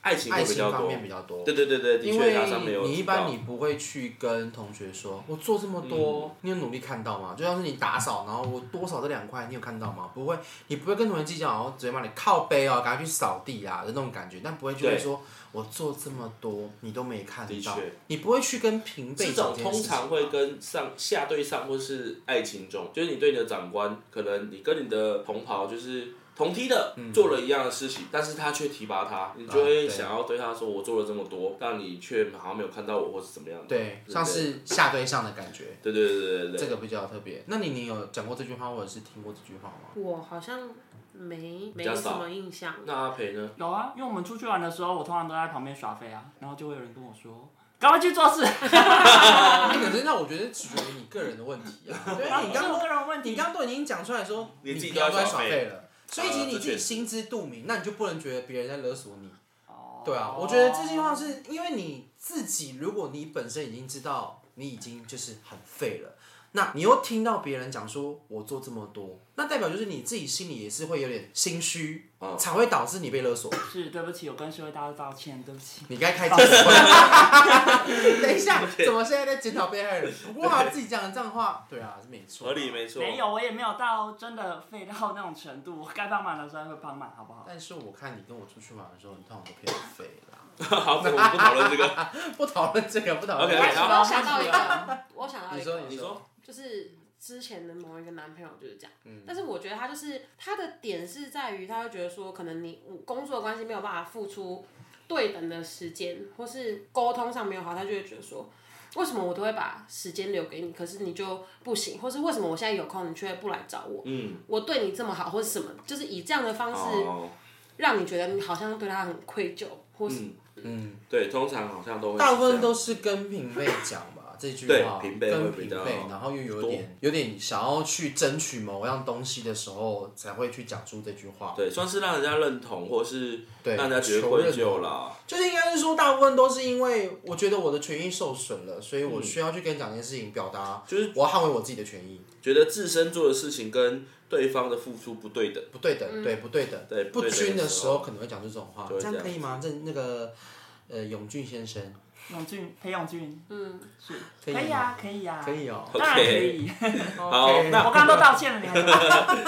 Speaker 2: 爱情会
Speaker 1: 爱
Speaker 2: 比
Speaker 1: 情
Speaker 2: 较多，
Speaker 1: 方面比较多。
Speaker 2: 对对对对，的
Speaker 1: 因
Speaker 2: 确他上面有
Speaker 1: 为你一
Speaker 2: 提到
Speaker 1: 般你不会去跟同学说，我做这么
Speaker 2: 嗯
Speaker 1: 多，你有努力看到吗？就像是你打扫，然后我多少这两块，你有看到吗？不会，你不会跟同学计较，然后直接骂你靠背哦，赶快去扫地啦的那种感觉，但不会觉得
Speaker 2: 对
Speaker 1: 说我做这么多，你都没看
Speaker 2: 的
Speaker 1: 到
Speaker 2: 确，
Speaker 1: 你不会去跟平辈
Speaker 2: 这
Speaker 1: 讲
Speaker 2: 种
Speaker 1: 件事
Speaker 2: 通
Speaker 1: 情
Speaker 2: 常会
Speaker 1: 吧
Speaker 2: 跟上下对上或是爱情中，就是你对你的长官，可能你跟你的同袍就是同梯的、做了一样的事情，但是他却提拔他，你就
Speaker 1: 嗯啊对
Speaker 2: 会想要对他说我做了这么多，但你却好像没有看到我或是怎么样的。
Speaker 1: 对，
Speaker 2: 对
Speaker 1: 像是下对上的感觉。
Speaker 2: 对对对对对对，
Speaker 1: 这个比较特别。那你你有讲过这句话，或者是听过这句话吗？
Speaker 3: 我好像没没
Speaker 2: 较
Speaker 3: 什
Speaker 2: 少
Speaker 3: 么印象。
Speaker 2: 那阿培呢？
Speaker 4: 有啊，因为我们出去玩的时候，我通常都在旁边耍废啊，然后就会有人跟我说，赶快去做事。
Speaker 1: 那可是那我觉得取决于你个人的问题啊。 对啊，你
Speaker 4: 这是我
Speaker 1: 刚
Speaker 4: 个人问
Speaker 1: 你
Speaker 4: 题，
Speaker 1: 刚都已经讲出来说，
Speaker 2: 你自己
Speaker 1: 不要
Speaker 2: 都
Speaker 1: 再
Speaker 2: 在
Speaker 1: 耍
Speaker 2: 耍废
Speaker 1: 废了。所以其实
Speaker 2: 啊
Speaker 1: 你
Speaker 2: 这
Speaker 1: 自己
Speaker 2: 确实
Speaker 1: 心知肚明，那你就不能觉得别人在勒索你。
Speaker 4: 哦
Speaker 1: 对啊，我觉得这句话是因为你自己，如果你本身已经知道你已经就是很废了，那你又听到别人讲说我做这么多，那代表就是你自己心里也是会有点心虚，
Speaker 2: 嗯
Speaker 1: 才会导致你被勒索。
Speaker 4: 是对不起，我跟社会大众道歉，对不起。
Speaker 1: 你该开记者会。 等一下，怎么现在在检讨被害人？不过他自己讲的这样的话，对啊，是没错，
Speaker 2: 合理。没错，
Speaker 4: 没有，我也没有到真的废到那种程度，该帮忙的时候会帮忙，好不好？
Speaker 1: 但是我看你跟我出去玩的时候，你通常都偏废啦。
Speaker 2: 好，我们不讨论这个。
Speaker 1: 不讨论这个，不讨论。
Speaker 3: 我
Speaker 2: OK，好
Speaker 3: 我想到一个，我想到
Speaker 1: 你
Speaker 3: 一
Speaker 1: 说
Speaker 3: 个，
Speaker 2: 你说，嗯
Speaker 3: 就是之前的某一个男朋友就是这样，但是我觉得他就是他的点是在于，他会觉得说，可能你嗯工作的关系没有办法付出对等的时间，或是沟通上没有好，他就会觉得说，为什么我都会把时间留给你，可是你就不行，或是为什么我现在有空，你却不来找我，
Speaker 2: 嗯，
Speaker 3: 我对你这么好，或是什么，就是以这样的方式
Speaker 2: 哦，
Speaker 3: 让你觉得你好像对他很愧疚，或是
Speaker 2: 嗯，
Speaker 1: 嗯，
Speaker 2: 对，通常好像都会
Speaker 1: 大部分
Speaker 2: 是这样
Speaker 1: 都是跟平辈讲吧，这句话
Speaker 2: 对平辈
Speaker 1: 跟
Speaker 2: 会
Speaker 1: 平
Speaker 2: 比较
Speaker 1: 辈，然后又有点有点想要去争取某样东西的时候，才会去讲出这句话。
Speaker 2: 对，算是让人家认同，或是
Speaker 1: 对，
Speaker 2: 让人家觉得
Speaker 1: 求
Speaker 2: 愧
Speaker 1: 认
Speaker 2: 疚啦。
Speaker 1: 就是应该是说，大部分都是因为我觉得我的权益受损了，所以我需要去跟你讲这件事情，表达
Speaker 2: 嗯就是
Speaker 1: 我要捍卫我自己的权益，
Speaker 2: 觉得自身做的事情跟对方的付出不对等，
Speaker 1: 不对等，
Speaker 4: 嗯
Speaker 1: 对不对等，
Speaker 2: 对
Speaker 1: 不
Speaker 2: 对等
Speaker 1: 均的
Speaker 2: 的
Speaker 1: 时
Speaker 2: 时
Speaker 1: 候
Speaker 2: 候
Speaker 1: 可能会讲出这种话，
Speaker 2: 就会
Speaker 1: 这样
Speaker 2: 这样
Speaker 1: 可以吗？这那个呃，永俊先生
Speaker 4: 永俊，裴永俊，
Speaker 3: 嗯，
Speaker 4: 是
Speaker 1: 可以
Speaker 4: 可以啊，可以啊，
Speaker 1: 可以哦。
Speaker 4: 当然可 以。
Speaker 2: 好，那
Speaker 4: 我刚刚都道歉了，你还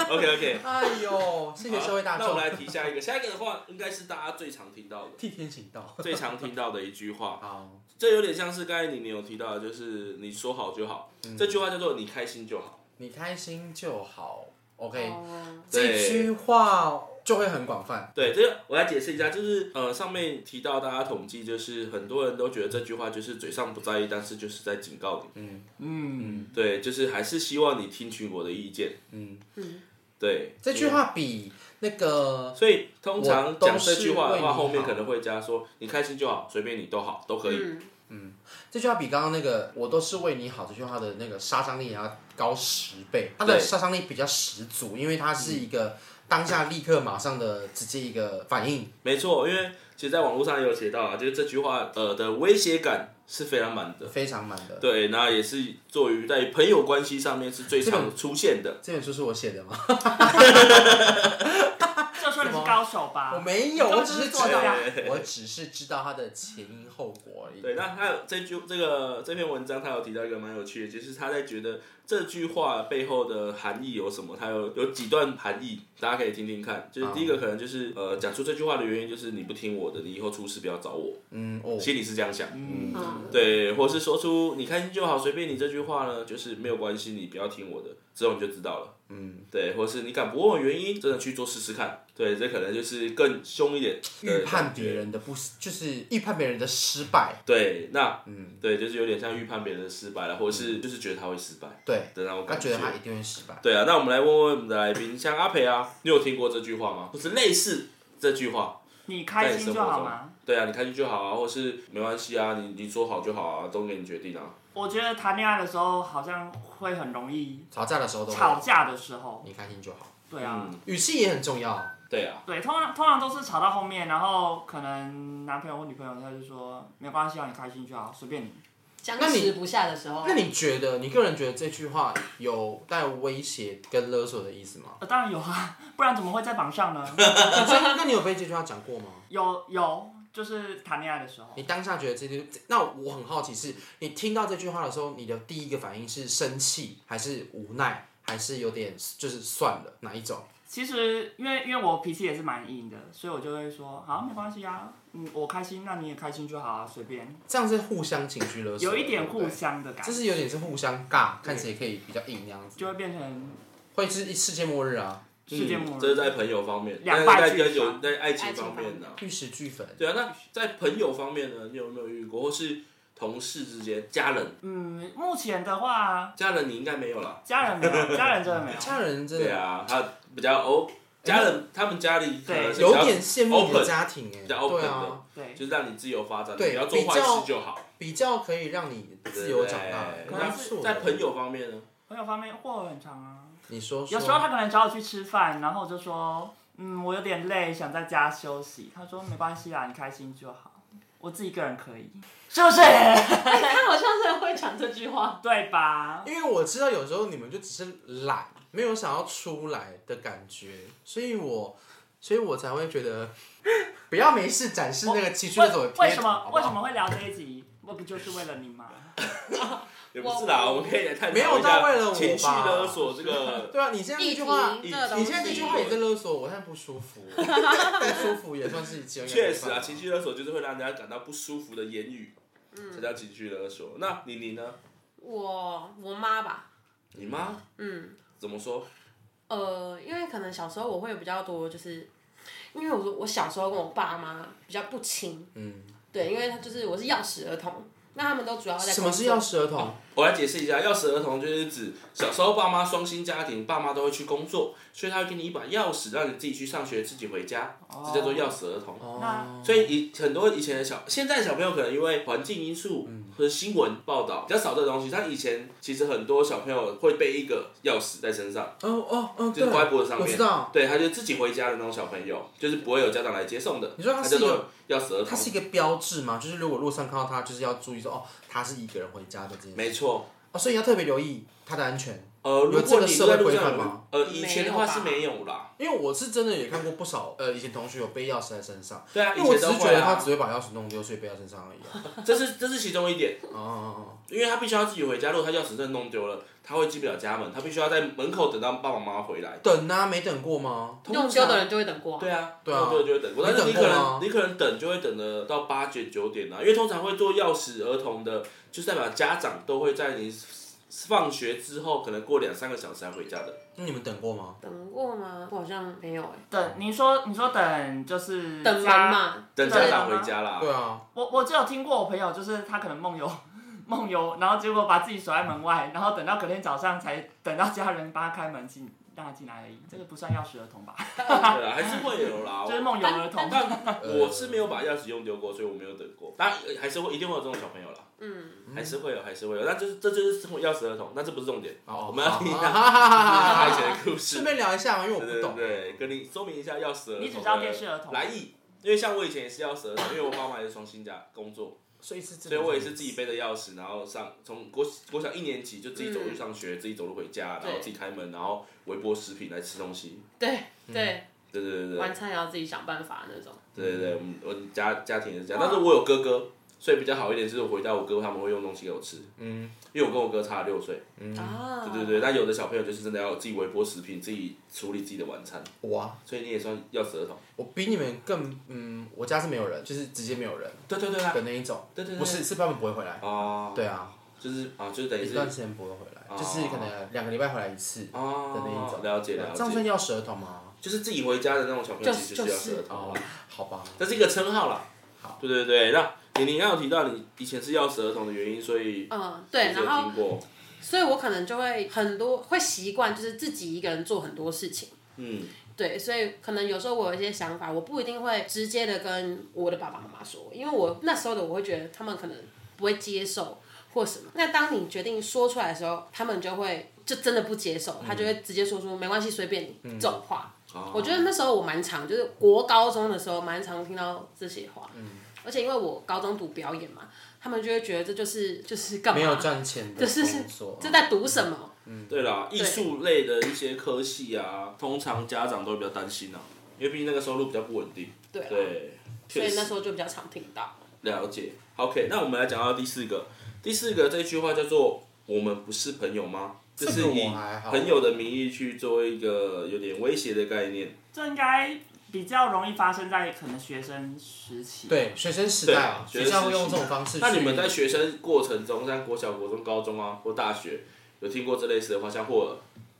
Speaker 2: OK OK，
Speaker 1: 哎呦，谢谢社会大
Speaker 2: 那我
Speaker 1: 众。
Speaker 2: 们，来提下一个，下一个的话应该是大家最常听到的
Speaker 1: 替天行道。
Speaker 2: 最常听到的一句话，
Speaker 1: 好，
Speaker 2: 这有点像是刚才你你有提到的，就是你说好就好。
Speaker 1: 嗯
Speaker 2: 这句话叫做你开心就好。
Speaker 1: 你开心就好。OK，
Speaker 3: 哦
Speaker 1: 这句话就会很广泛。
Speaker 2: 对，这个我来解释一下，就是呃，上面提到大家统计，就是很多人都觉得这句话就是嘴上不在意，但是就是在警告你。
Speaker 4: 嗯，
Speaker 2: 对，就是还是希望你听取我的意见。
Speaker 3: 嗯，
Speaker 2: 对，
Speaker 1: 这句话比那个
Speaker 2: 所以通常讲这句
Speaker 1: 我
Speaker 2: 话
Speaker 1: 都
Speaker 2: 的
Speaker 1: 是为你
Speaker 2: 话，
Speaker 1: 好
Speaker 2: 后面可能会加说你开心就好，随便你都好，都可以。
Speaker 3: 嗯，
Speaker 1: 这句话比刚刚那个“我都是为你好”这句话的那个杀伤力也要高十倍，它的
Speaker 2: 对
Speaker 1: 杀伤力比较十足，因为它是一个当下立刻马上的直接一个反应。
Speaker 2: 没错，因为其实在网络上也有写到啊，就是这句话呃的威胁感是非常满的。
Speaker 1: 非常满的。
Speaker 2: 对，那也是作于在朋友关系上面是最常出现的。
Speaker 1: 这本书是我写的吗？
Speaker 4: 就说你是高手吧
Speaker 1: 我，没有，
Speaker 4: 你
Speaker 1: 我
Speaker 4: 刚刚
Speaker 1: 只是
Speaker 4: 是
Speaker 1: 知
Speaker 4: 做
Speaker 1: 道
Speaker 4: 的呀，
Speaker 1: 我只是知道它的前因后果而已。
Speaker 2: 对，那他有这句这个这篇文章，他有提到一个蛮有趣的，就是他在觉得这句话背后的含义有什么，他有有几段含义，大家可以听听看。就是第一个可能就是呃，讲出这句话的原因就是你不听我的，你以后出事不要找我，
Speaker 1: 嗯，哦，
Speaker 2: 心里是这样想。
Speaker 4: 嗯
Speaker 3: 嗯
Speaker 2: 对，或是说出你开心就好，随便你这句话呢，就是没有关系，你不要听我的，之后你就知道了。
Speaker 1: 嗯，
Speaker 2: 对，或是你敢不问我原因，真的去做试试看。对，这可能就是更凶一点的
Speaker 1: 预判
Speaker 2: 感觉
Speaker 1: 别人的不就是预判别人的失败。
Speaker 2: 对，那
Speaker 1: 嗯，
Speaker 2: 对，就是有点像预判别人的失败了，或者是就是觉得他会失败
Speaker 1: 对，
Speaker 2: 的那种
Speaker 1: 他
Speaker 2: 感
Speaker 1: 觉得他一定会失败。
Speaker 2: 对啊，那我们来问问我们的来宾，像阿培啊，你有听过这句话吗？或是类似这句话？
Speaker 4: 你开心就好嘛。
Speaker 2: 对啊，你开心就好啊，或是没关系啊，你你说好就好啊，都给你决定啊。
Speaker 4: 我觉得谈恋爱的时候好像会很容易
Speaker 1: 吵架的时候都会
Speaker 4: 吵架的时候，
Speaker 1: 你开心就好，
Speaker 4: 对啊，
Speaker 2: 嗯，
Speaker 1: 语气也很重要。
Speaker 2: 对啊，
Speaker 4: 对，通常通常都是吵到后面，然后可能男朋友或女朋友他就说没关系啊，你开心就好，随便你。
Speaker 3: 僵
Speaker 1: 那你
Speaker 3: 持不下的时候
Speaker 1: 那，你觉得，你个人觉得这句话有带威胁跟勒索的意思吗？
Speaker 4: 呃，当然有啊，不然怎么会在榜上呢？
Speaker 1: 那 你有被这句话讲过吗？
Speaker 4: 有有，就是谈恋爱的时候，
Speaker 1: 你当下觉得这句，那我很好奇是，你听到这句话的时候，你的第一个反应是生气，还是无奈，还是有点就是算了哪一种？
Speaker 4: 其实因为因为我脾气也是蛮硬的，所以我就会说好，没关系啊，嗯，我开心，那你也开心就好啊，随便。
Speaker 1: 这样是互相情绪勒索，
Speaker 4: 有一点
Speaker 1: 对
Speaker 4: 互
Speaker 1: 不对，
Speaker 4: 相的感
Speaker 1: 这
Speaker 4: 觉，
Speaker 1: 是有点是互相尬，看谁可以比较硬那样子
Speaker 4: 就，会变
Speaker 1: 嗯
Speaker 4: 成
Speaker 1: 会是一世界末日啊，
Speaker 4: 世界末
Speaker 2: 嗯这是
Speaker 4: 日。
Speaker 2: 在朋友方面，但
Speaker 4: 两
Speaker 2: 是
Speaker 4: 败
Speaker 2: 在
Speaker 4: 俱
Speaker 2: 跟有
Speaker 4: 伤
Speaker 2: 在爱
Speaker 3: 爱
Speaker 2: 情
Speaker 3: 情
Speaker 2: 方
Speaker 3: 方
Speaker 2: 面
Speaker 3: 面
Speaker 2: 呢、
Speaker 1: 玉石俱焚。
Speaker 2: 对啊，那在朋友方面呢，你有没有遇过？或是同事之间、家人，
Speaker 4: 嗯，目前的话，
Speaker 2: 家人你应该没有啦。
Speaker 4: 家人没有，家人真 的没有。
Speaker 1: 家人真
Speaker 2: 对
Speaker 1: 的
Speaker 2: 啊，他比较哦，家人他们家里可能
Speaker 4: 对
Speaker 2: 是比
Speaker 1: 有
Speaker 2: 较
Speaker 1: 点羡慕你的
Speaker 2: open，
Speaker 1: 家庭哎、
Speaker 2: 比较 open
Speaker 1: 对
Speaker 2: 的
Speaker 1: 啊，
Speaker 4: 对，
Speaker 2: 就是让你自由发展，
Speaker 1: 对
Speaker 2: 你不要做坏事就好。
Speaker 1: 比较可以让你自由长大
Speaker 2: 对。
Speaker 4: 可能
Speaker 1: 那
Speaker 4: 是
Speaker 1: 是我的
Speaker 2: 在朋，友方面呢，
Speaker 4: 朋友方面货很长啊。
Speaker 1: 你说
Speaker 4: 有
Speaker 1: 说，
Speaker 4: 时候他可能找我去吃饭，然后我就说，嗯，我有点累，想在家休息。他说没关系啦，啊你开心就好，我自己一个人可以，是不是？
Speaker 3: 他好像是会讲这句话，
Speaker 4: 对吧？
Speaker 1: 因为我知道有时候你们就只是懒，没有想要出来的感觉，所以我，所以我才会觉得不要没事展示那个情绪
Speaker 4: 为
Speaker 1: 那种
Speaker 4: 为
Speaker 1: 贴
Speaker 4: 什
Speaker 1: 图
Speaker 4: 么
Speaker 1: 好不
Speaker 4: 为什
Speaker 1: 好？
Speaker 4: 么会聊这一集？我不就是为了你吗？
Speaker 2: 也不是啦，
Speaker 3: 我
Speaker 2: 我们可以来探
Speaker 1: 没
Speaker 2: 讨
Speaker 1: 有
Speaker 2: 一
Speaker 1: 到为了
Speaker 2: 下
Speaker 1: 我
Speaker 2: 情绪
Speaker 1: 吧
Speaker 2: 勒索这个。
Speaker 1: 对啊，你现在这句
Speaker 3: 议题
Speaker 1: 话，
Speaker 3: 这个东
Speaker 1: 你
Speaker 3: 西，
Speaker 1: 现在这句话也在勒索我，但不舒服，不舒服也算是其中一个
Speaker 2: 确实
Speaker 1: 办
Speaker 2: 啊，
Speaker 1: 法
Speaker 2: 情绪勒索就是会让人家感到不舒服的言语，
Speaker 3: 嗯
Speaker 2: 才叫情绪勒索。那你你呢？
Speaker 3: 我我妈吧，
Speaker 2: 你妈
Speaker 3: 嗯。
Speaker 2: 怎么说？
Speaker 3: 呃，因为可能小时候我会比较多，就是因为我我小时候跟我爸妈比较不亲，
Speaker 1: 嗯，
Speaker 3: 对，因为他就是我是钥匙儿童，那他们都主要在
Speaker 1: 什么是
Speaker 3: 工
Speaker 1: 钥
Speaker 3: 作？
Speaker 1: 匙儿童？
Speaker 2: 我来解释一下，钥匙儿童就是指小时候爸妈双薪家庭，爸妈都会去工作，所以他会给你一把钥匙，让你自己去上学，自己回家，这叫做钥匙儿童。
Speaker 1: 哦
Speaker 4: 那，
Speaker 2: 所以以很多以前的小，现在的小朋友可能因为环境因素
Speaker 1: 嗯
Speaker 2: 或者新闻报道比较少这东西，但以前其实很多小朋友会背一个钥匙在身上，
Speaker 1: 哦哦哦，
Speaker 2: 就
Speaker 1: 对
Speaker 2: 是，挂在脖子上
Speaker 1: 我知
Speaker 2: 面
Speaker 1: 道，。
Speaker 2: 对，他就自己回家的那种小朋友，就是不会有家长来接送的。
Speaker 1: 你说他
Speaker 2: 他
Speaker 1: 是
Speaker 2: 叫
Speaker 1: 一个
Speaker 2: 做钥匙儿
Speaker 1: 它
Speaker 2: 童，
Speaker 1: 是一个标志吗？就是如果路上看到它，就是要注意说哦，它是一个人回家的这件事。
Speaker 2: 没错。
Speaker 1: 哦，所以要特别留意它的安全。
Speaker 2: 呃，如
Speaker 1: 有这
Speaker 2: 果
Speaker 1: 个
Speaker 2: 你
Speaker 1: 社会
Speaker 2: 在路
Speaker 1: 规范
Speaker 2: 上有
Speaker 1: 吗，
Speaker 2: 呃，以前的话是没
Speaker 3: 没
Speaker 2: 有啦。
Speaker 1: 因为我是真的也看过不少，呃，以前同学有背钥匙在身上，
Speaker 2: 对啊，以
Speaker 1: 因为我
Speaker 2: 前
Speaker 1: 只
Speaker 2: 都
Speaker 1: 是觉
Speaker 2: 会
Speaker 1: 得他
Speaker 2: 啊
Speaker 1: 只。会把钥匙弄丢，所以背在身上而已、啊。
Speaker 2: 这是这是其中一点，
Speaker 1: 哦哦
Speaker 2: 因为他必须要自己回家。如果他钥匙真的弄丢了，他会进不了家门，他必须要在门口等到爸爸妈妈回来
Speaker 1: 哦，。等啊，没等过吗？
Speaker 3: 用
Speaker 2: 通
Speaker 3: 丢
Speaker 2: 常
Speaker 3: 的人就会等过啊、
Speaker 2: 对啊，
Speaker 1: 对啊
Speaker 2: 那我就会等过。
Speaker 1: 你
Speaker 2: 但是你
Speaker 1: 等
Speaker 2: 可
Speaker 1: 过啊吗
Speaker 2: 能你可能等就会等了到八点九点啊，因为通常会做钥匙儿童的，就是代表家长都会在你放学之后可能过两三个小时才回家的。
Speaker 1: 那你们等过吗？
Speaker 3: 等过吗？我好像没有哎、
Speaker 4: 等你说你说等就是
Speaker 3: 等
Speaker 4: 家
Speaker 3: 人，嘛，
Speaker 2: 等
Speaker 4: 对
Speaker 2: 家
Speaker 4: 啊
Speaker 2: 长回家啦。
Speaker 1: 对啊，
Speaker 4: 我我只有听过我朋友就是他可能梦游 梦游，然后结果把自己锁在门外，然后等到隔天早上才等到家人帮他开门进让他进来而已，这个不算钥匙儿童吧？
Speaker 2: 对啊，还是会有啦。
Speaker 4: 就是梦游儿童。
Speaker 2: 但
Speaker 1: 呃
Speaker 2: 我是没有把钥匙用丢过，所以我没有等过。当然呃还是会一定会有这种小朋友啦，
Speaker 3: 嗯，
Speaker 2: 还是会有，还是会有。那就是这就是生活钥匙儿童，那这不是重点。
Speaker 1: 哦
Speaker 2: 我们要听一
Speaker 1: 好
Speaker 2: 下
Speaker 1: 好好好好好
Speaker 2: 他以
Speaker 1: 好
Speaker 2: 前的故事
Speaker 1: 顺。便聊一下嘛，因为我不
Speaker 2: 对对
Speaker 1: 懂。
Speaker 2: 对，跟你说明一下钥匙儿童的
Speaker 4: 你只知道电视儿童
Speaker 2: 来意，因为像我以前也是钥匙儿童，因为我爸妈也是双薪家工作，
Speaker 1: 所以是这
Speaker 2: 所
Speaker 1: 个，
Speaker 2: 以我也是自己背着钥匙，然后上从国国小一年级就自己走
Speaker 4: 嗯
Speaker 2: 路上学，自己走路回家，然后
Speaker 3: 对
Speaker 2: 自己开门，然后微波食品来吃东西。
Speaker 3: 对对，
Speaker 2: 对对对对
Speaker 3: 晚餐也要自己想办法那种。
Speaker 2: 对对对，我们我们家家庭也是这样，但是我有哥哥，所以比较好一点，就是我回家我哥他们会用东西给我吃，
Speaker 1: 嗯
Speaker 2: 因为我跟我哥差了六岁。
Speaker 3: 啊，
Speaker 2: 对对对，但有的小朋友就是真的要自己微波食品，自己处理自己的晚餐，
Speaker 1: 哇，
Speaker 2: 所以你也算钥匙儿童。
Speaker 1: 啊我比你们更嗯，我家是没有人，就是直接没有人
Speaker 2: 对对对啊
Speaker 1: 的那一种，
Speaker 2: 对对对，
Speaker 1: 不是是他们不会回来，
Speaker 2: 啊，
Speaker 1: 对啊，
Speaker 2: 就是啊，就是等于
Speaker 1: 一
Speaker 2: 是
Speaker 1: 段时间不会回来，就是可能两个礼拜回来一次的那一
Speaker 2: 哦
Speaker 1: 种，，
Speaker 2: 了解
Speaker 1: 对啊
Speaker 2: 了
Speaker 1: 这样算
Speaker 2: 解，
Speaker 1: 钥匙儿童吗？
Speaker 2: 就是自己回家的那种小朋友，
Speaker 3: 就
Speaker 2: 其
Speaker 3: 是
Speaker 2: 实就是钥匙儿
Speaker 3: 就是
Speaker 2: 童
Speaker 1: 哦
Speaker 2: 啦，，
Speaker 1: 好吧，
Speaker 2: 这是一个称号啦。
Speaker 1: 好，
Speaker 2: 对对对，那你你刚刚有提到你以前是钥匙儿童的原因，所以
Speaker 3: 嗯，对，
Speaker 2: 你是有
Speaker 3: 然后
Speaker 2: 听过，
Speaker 3: 所以我可能就会很多会习惯，就是自己一个人做很多事情。
Speaker 2: 嗯，
Speaker 3: 对，所以可能有时候我有一些想法，我不一定会直接的跟我的爸爸妈妈说，因为我那时候的我会觉得他们可能不会接受或什么。那当你决定说出来的时候，他们就会就真的不接受，他就会直接说出没关系，随便你、这种话。
Speaker 2: 哦
Speaker 3: 我觉得那时候我蛮常，就是国高中的时候蛮常听到这些话，而且因为我高中读表演嘛，他们就会觉得这就是就是干嘛，
Speaker 1: 没有赚钱的
Speaker 3: 就是
Speaker 1: 工作，嗯
Speaker 3: 这在读什么？
Speaker 2: 对啦，艺术类的一些科系啊，通常家长都会比较担心啊，因为毕竟那个收入比较不稳定。
Speaker 3: 对啊
Speaker 2: 对，
Speaker 3: 所
Speaker 2: 确
Speaker 3: 以
Speaker 2: 实
Speaker 3: 那时候就比较常听到。
Speaker 2: 了解。OK，那我们来讲到第四个，第四个这句话叫做“我们不是朋友吗”，这
Speaker 1: 个
Speaker 2: 是以
Speaker 1: 我还好
Speaker 2: 朋友的名义去做一个有点威胁的概念。
Speaker 4: 这应该比较容易发生在可能学生时期。，
Speaker 1: 对学生时代啊，
Speaker 2: 对
Speaker 1: 学校会用这种方式去。
Speaker 2: 那你们在学生过程中，像国小、国中、高中啊，或大学，有听过这类似的话，像霍尔，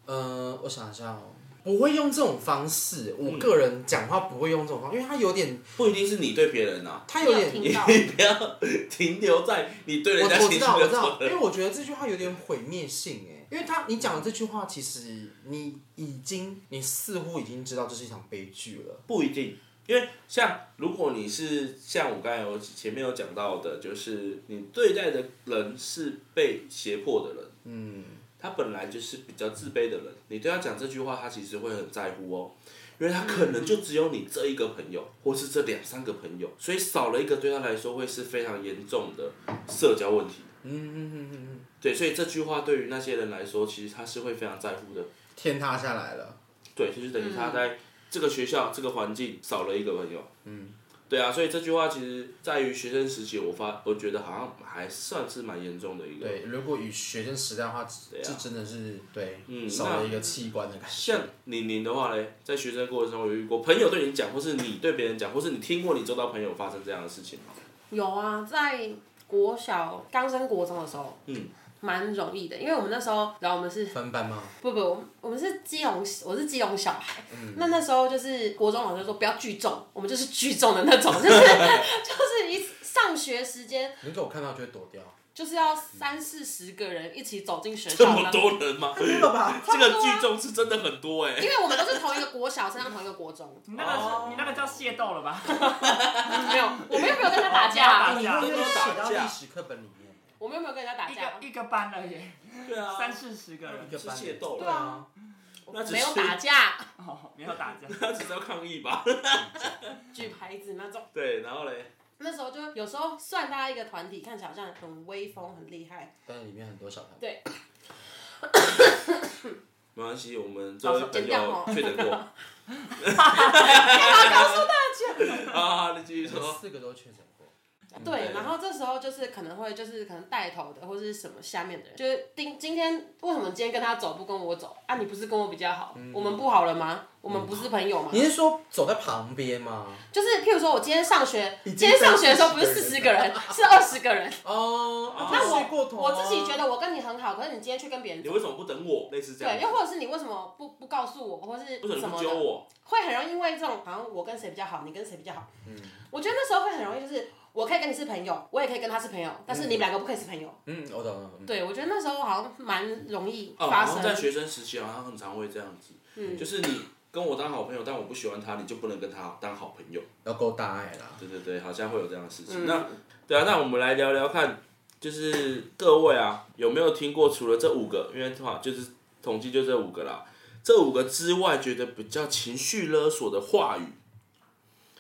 Speaker 1: 呃，我想一下哦，不会用这种方式。
Speaker 2: 嗯
Speaker 1: 我个人讲话不会用这种方，因为他有点，
Speaker 2: 不一定是你对别人啊，
Speaker 1: 他有
Speaker 3: 没有
Speaker 1: 点，
Speaker 3: 听 到
Speaker 2: 你不要停留在你对人
Speaker 1: 我
Speaker 2: 家
Speaker 1: 我
Speaker 2: 情绪
Speaker 1: 知道 我
Speaker 2: 的
Speaker 1: 知道，因
Speaker 2: 人。
Speaker 1: 为我觉得这句话有点毁灭性哎，因为他你讲的这句话，其实你已经你似乎已经知道这是一场悲剧了。
Speaker 2: 不一定，因为像如果你是像我刚才有前面有讲到的，就是你对待的人是被胁迫的人，嗯，他本来就是比较自卑的人，你对他讲这句话，他其实会很在乎哦。因为他可能就只有你这一个朋
Speaker 1: 嗯
Speaker 2: 友，或是这两三个朋友，所以少了一个对他来说会是非常严重的社交问题。
Speaker 1: 嗯嗯嗯嗯，
Speaker 2: 对，所以这句话对于那些人来说，其实他是会非常在乎的。
Speaker 1: 天塌下来了，
Speaker 2: 对，就是等于
Speaker 3: 嗯
Speaker 2: 他在这个学校、这个环境少了一个朋友。嗯，对啊，所以这句话其实在于学生时期，我发我觉得好像还算是蛮严重的一个。
Speaker 1: 对，如果以学生时代的话，
Speaker 2: 啊
Speaker 1: 这真的是对
Speaker 2: 嗯
Speaker 1: 少
Speaker 2: 那
Speaker 1: 了一个器官的感觉。
Speaker 2: 像李宁的话嘞，在学生过程中有遇过朋友对你讲，或是你对别人讲，或是你听过你周遭朋友发生这样的事情吗？
Speaker 3: 有啊，在国小刚升国中的时候，
Speaker 2: 嗯，
Speaker 3: 蛮容易的，因为我们那时候，然后我们是
Speaker 1: 翻班吗？
Speaker 3: 不不，我们我们是基隆，我是基隆小孩，那那时候就是国中老师说不要聚众，我们就是聚众的那种，就是 就是一上学时间
Speaker 1: 如果我看到就会躲掉。
Speaker 3: 就是要三四十个人一起走进学
Speaker 2: 这
Speaker 3: 校，
Speaker 2: 么
Speaker 3: 然后
Speaker 2: 多人吗？
Speaker 1: 了吧？
Speaker 2: 这个聚众是真的很多哎、
Speaker 3: 因为我们都是同一个国小升上同一个国中，嗯
Speaker 4: 你那个是你那个叫械斗了吧？
Speaker 3: 没有，我们又没有跟他打架，
Speaker 1: 你
Speaker 4: 打架
Speaker 1: 会不会写
Speaker 2: 打
Speaker 1: 到
Speaker 2: 架
Speaker 1: 历史课本里面？
Speaker 3: 我们又没有跟人家打
Speaker 4: 一
Speaker 3: 架
Speaker 4: 个，一个班而已，
Speaker 2: 对啊，
Speaker 4: 三四十个人
Speaker 1: 一，个
Speaker 2: 是
Speaker 1: 班
Speaker 2: 械斗
Speaker 1: 对
Speaker 3: 啦
Speaker 1: 啊，
Speaker 2: 那只是
Speaker 3: 没有 打架，
Speaker 4: 哦，没有打架。
Speaker 2: 他只是要抗议吧？
Speaker 3: 举牌子那种。
Speaker 2: 对，然后嘞，
Speaker 3: 那时候就有时候算大家一个团体，看起来好像很威风、很厉害，
Speaker 1: 但是里面很多小朋友。
Speaker 3: 对，
Speaker 2: 没关系，我们作为朋
Speaker 3: 剪掉
Speaker 2: 友
Speaker 3: 哦
Speaker 2: 确诊 过
Speaker 3: 告诉大家。
Speaker 2: 啊，你继续说。
Speaker 1: 四个都确诊过。
Speaker 3: 对，
Speaker 2: 嗯对
Speaker 3: 然后这时候就是可能会就是可能带头的或者是什么下面的人，
Speaker 2: 嗯
Speaker 3: 就是今今天为什么今天跟他走不跟我走啊？你不是跟我比较好，我们不好了吗？我们不是朋友吗？
Speaker 1: 你是说走在旁边吗？
Speaker 3: 就是譬如说，我今天上学，
Speaker 1: 已经
Speaker 3: 今天上学的时候不是四十个人，是二十个人。
Speaker 1: 哦，
Speaker 2: 啊
Speaker 3: 那
Speaker 1: 睡过
Speaker 3: 我
Speaker 1: 头啊
Speaker 3: 我自己觉得我跟你很好，可是你今天去跟别人
Speaker 2: 你为什么不等我？类似这样
Speaker 3: 对，，又或者是你为什么不不告诉我，或是
Speaker 2: 为什么你
Speaker 3: 什么
Speaker 2: 不揪
Speaker 3: 的，
Speaker 2: 我？
Speaker 3: 会很容易因为这种好像我跟谁比较好，你跟谁比较好。
Speaker 1: 嗯
Speaker 3: 我觉得那时候会很容易就是。我可以跟你是朋友，我也可以跟他是朋友，但是你们两个不可以是朋友。
Speaker 1: 嗯，我懂了。嗯
Speaker 3: 对，我觉得那时候好像蛮容易
Speaker 2: 哦，
Speaker 3: 发
Speaker 2: 然
Speaker 3: 生。
Speaker 2: 后在学生时期好像很常会这样子，
Speaker 3: 嗯
Speaker 2: 就是你跟我当好朋友，但我不喜欢他，你就不能跟他当好朋友。
Speaker 1: 要够大爱啦。
Speaker 2: 对对对，好像会有这样的事情。
Speaker 3: 嗯
Speaker 2: 那对啊，那我们来聊聊看，就是各位啊，有没有听过除了这五个，因为的话就是统计就这五个啦，这五个之外，觉得比较情绪勒索的话语。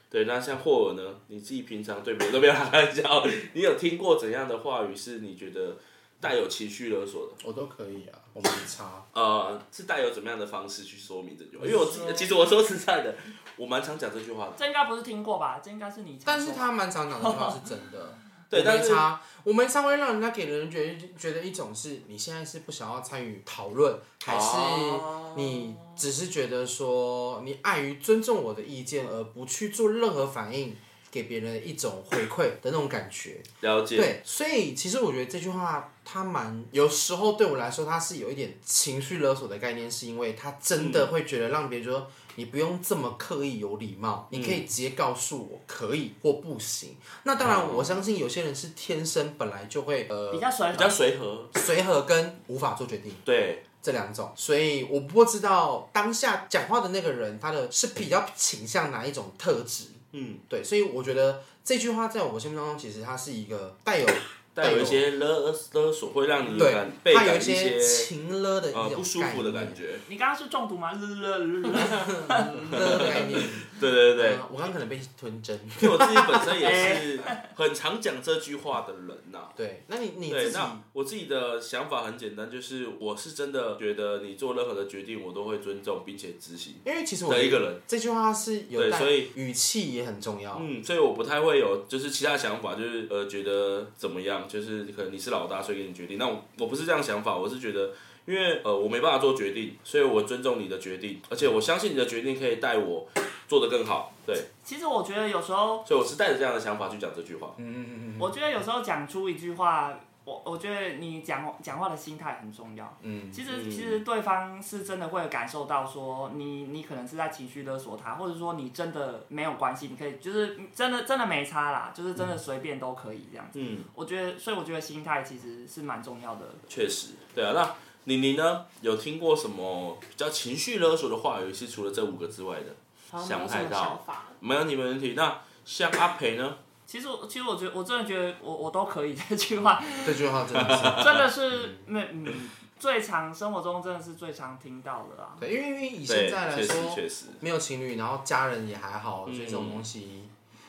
Speaker 2: 对，那像霍尔呢？你自己平常对别人都不要开玩笑，你有听过怎样的话语是你觉得带有情绪勒索的？
Speaker 1: 我都可以啊，我没差。
Speaker 2: 呃，是带有怎么样的方式去说明这句话？因为我自己，其实我说实在的，我蛮常讲这句话的。
Speaker 4: 这应该不是听过吧？这应该是你。
Speaker 1: 但是，他蛮常讲的话是真的。
Speaker 2: 对
Speaker 1: 我没
Speaker 2: 但是
Speaker 1: 差，我没差会让人家给人觉得觉得一种是你现在是不想要参与讨论，还是
Speaker 2: 哦
Speaker 1: 你只是觉得说你碍于尊重我的意见而不去做任何反应，给别人一种回馈的那种感觉。
Speaker 2: 了解。
Speaker 1: 对，所以其实我觉得这句话它蛮有时候对我来说，它是有一点情绪勒索的概念，是因为它真
Speaker 4: 嗯
Speaker 1: 的会觉得让别人说你不用这么刻意有礼貌，你
Speaker 4: 嗯
Speaker 1: 可以直接告诉我可以或不行。那当然，我相信有些人是天生本来就会呃
Speaker 4: 哦比较随
Speaker 2: 比较
Speaker 4: 和，
Speaker 2: 随和，
Speaker 1: 随和跟无法做决定。
Speaker 2: 对，
Speaker 1: 这两种，所以我不知道当下讲话的那个人他的是比较倾向哪一种特质，
Speaker 2: 嗯，
Speaker 1: 对，所以我觉得这句话在我心目当中，其实它是一个带有
Speaker 2: 带有一些勒勒索，会让你有
Speaker 1: 对
Speaker 2: 感倍
Speaker 1: 它
Speaker 2: 感
Speaker 1: 有
Speaker 2: 一
Speaker 1: 些情勒的一
Speaker 2: 呃
Speaker 1: 种
Speaker 2: 不舒服的感
Speaker 1: 觉，
Speaker 2: 觉。
Speaker 4: 你刚刚是中毒 吗？
Speaker 1: 勒的概念。
Speaker 2: 对 对对，
Speaker 1: 嗯我刚刚可能被吞针。
Speaker 2: 因为我自己本 身也是很常讲这句话的人呐、
Speaker 1: 对，那你你
Speaker 2: 对，
Speaker 1: 自己
Speaker 2: 那我自己的想法很简单，就是我是真的觉得你做任何的决定，我都会尊重并且执行
Speaker 1: 因为其实我
Speaker 2: 的一
Speaker 1: 觉
Speaker 2: 个
Speaker 1: 得
Speaker 2: 人。
Speaker 1: 这句话是有
Speaker 2: 对
Speaker 1: 带
Speaker 2: 所以
Speaker 1: 语气也很重要。
Speaker 2: 嗯，所以我不太会有就是其他想法，就是呃觉得怎么样，就是可能你是老大，所以给你决定。那我我不是这样想法，我是觉得，因为呃我没办法做决定，所以我尊重你的决定，而且我相信你的决定可以带我做得更好。对，
Speaker 4: 其实我觉得有时候，
Speaker 2: 所以我是带着这样的想法去讲这句话。
Speaker 1: 嗯嗯嗯嗯
Speaker 4: 我觉得有时候讲出一句话，我我觉得你讲讲话的心态很重要。
Speaker 1: 嗯，
Speaker 4: 其
Speaker 2: 嗯
Speaker 4: 实其实对方是真的会感受到说你你可能是在情绪勒索他，或者说你真的没有关系，你可以就是真的真的没差啦，就是真的随便都可以这样。
Speaker 2: 嗯，
Speaker 4: 我觉得，所以我觉得心态其实是蛮重要的。
Speaker 2: 确实，对啊。那你你呢？有听过什么比较情绪勒索的话语是除了这五个之外的？
Speaker 3: 好像没有什么想法。
Speaker 2: 没有你没问题。那像阿培呢？
Speaker 4: 其实我其实我觉得我真的觉得我我都可以 这句话，
Speaker 1: 这句话真的是。
Speaker 4: 真的是那嗯最常生活中真的是最常听到的啊。
Speaker 1: 对，因为因为以
Speaker 2: 对，
Speaker 1: 现在来
Speaker 2: 确实
Speaker 1: 说，
Speaker 2: 确实，
Speaker 1: 没有情侣，然后家人也还好，所以这种
Speaker 2: 嗯
Speaker 1: 东西。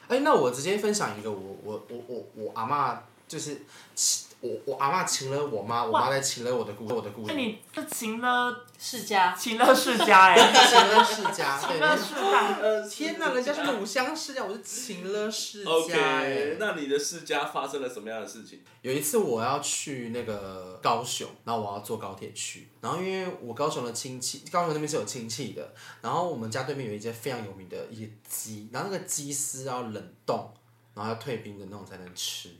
Speaker 1: 哎、那我直接分享一个我我我我我阿妈就是亲我我阿妈请了我妈，我妈在请了我的故我的故
Speaker 4: 那
Speaker 1: 事，
Speaker 4: 你这情勒
Speaker 3: 世家，
Speaker 4: 情勒世家哎、欸，
Speaker 1: 请了世家，对
Speaker 4: 情，勒世代，
Speaker 1: 呃，天哪，人家是乳香世家，我是请了世家、
Speaker 2: OK，
Speaker 1: 哎
Speaker 2: 那你的世家发生了什么样的事情？
Speaker 1: 有一次我要去那个高雄，然后我要坐高铁去，然后因为我高雄的亲戚，高雄那边是有亲戚的，然后我们家对面有一间非常有名的一些鸡，然后那个鸡丝要冷冻，然后要退冰的那种才能吃。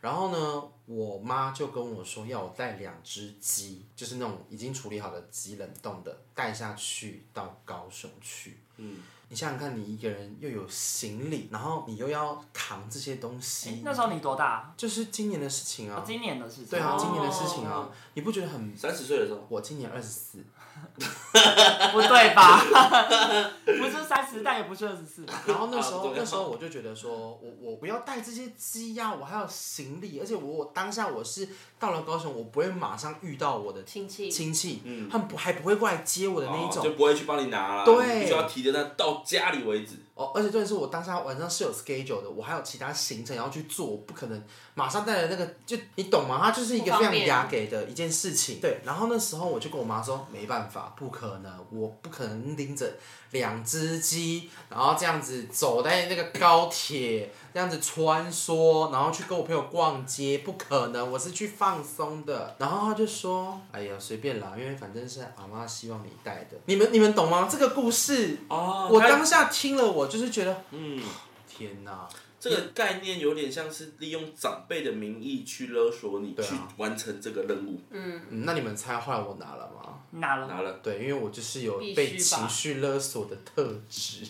Speaker 1: 然后呢，我妈就跟我说要我带两只鸡，就是那种已经处理好的鸡冷冻的，带下去到高雄去。
Speaker 2: 嗯，
Speaker 1: 你想想看，你一个人又有行李，然后你又要扛这些东
Speaker 4: 欸
Speaker 1: 西，
Speaker 4: 那时候你多大？
Speaker 1: 就是今年的事情啊
Speaker 4: 哦。今年的事情。
Speaker 1: 对啊，
Speaker 2: 哦
Speaker 1: 今年的事情啊，你不觉得很？
Speaker 2: 三十岁的时候，
Speaker 1: 我今年二十四，
Speaker 2: 啊
Speaker 4: 不对吧？ 不是三十，但也不是二十四吧？
Speaker 1: 然后那时
Speaker 2: 啊不
Speaker 1: 候
Speaker 2: 对啊
Speaker 1: 那时候我就觉得说，我我不要带这些鸡呀、我还有行李，而且我我当下我是到了高雄，我不会马上遇到我的
Speaker 3: 亲戚，
Speaker 1: 亲戚，
Speaker 2: 嗯
Speaker 1: 他们不还不会过来接我的那一
Speaker 2: 哦就
Speaker 1: 种，
Speaker 2: 不会去帮你拿啦，
Speaker 1: 对
Speaker 2: 你必须要提着那到家里为止。
Speaker 1: 哦，而且重点是我当下晚上是有 schedule 的，我还有其他行程要去做，我不可能马上带着那个，就你懂吗？它就是一个
Speaker 3: 不
Speaker 1: 非
Speaker 3: 方
Speaker 1: 常
Speaker 3: 便
Speaker 1: 压给的一件事情。对，然后那时候我就跟我妈说，没办法，不可能，我不可能拎着两只鸡，然后这样子走在那个高铁，这样子穿梭，然后去跟我朋友逛街，不可能，我是去放松的。然后她就说，哎呀，随便啦，因为反正是阿妈希望你带的。你们你们懂吗？这个故事。
Speaker 2: 哦，
Speaker 1: 我
Speaker 2: 它
Speaker 1: 当下听了，我就是觉得
Speaker 2: 嗯，
Speaker 1: 天哪，
Speaker 2: 这个概念有点像是利用长辈的名义去勒索你
Speaker 1: 对啊
Speaker 2: 去完成这个任务，
Speaker 3: 嗯，
Speaker 1: 嗯那你们猜后来我拿了吗？
Speaker 4: 拿了。
Speaker 2: 拿了。
Speaker 1: 对，因为我就是有
Speaker 3: 必须
Speaker 1: 被
Speaker 3: 吧
Speaker 1: 情绪勒索的特质。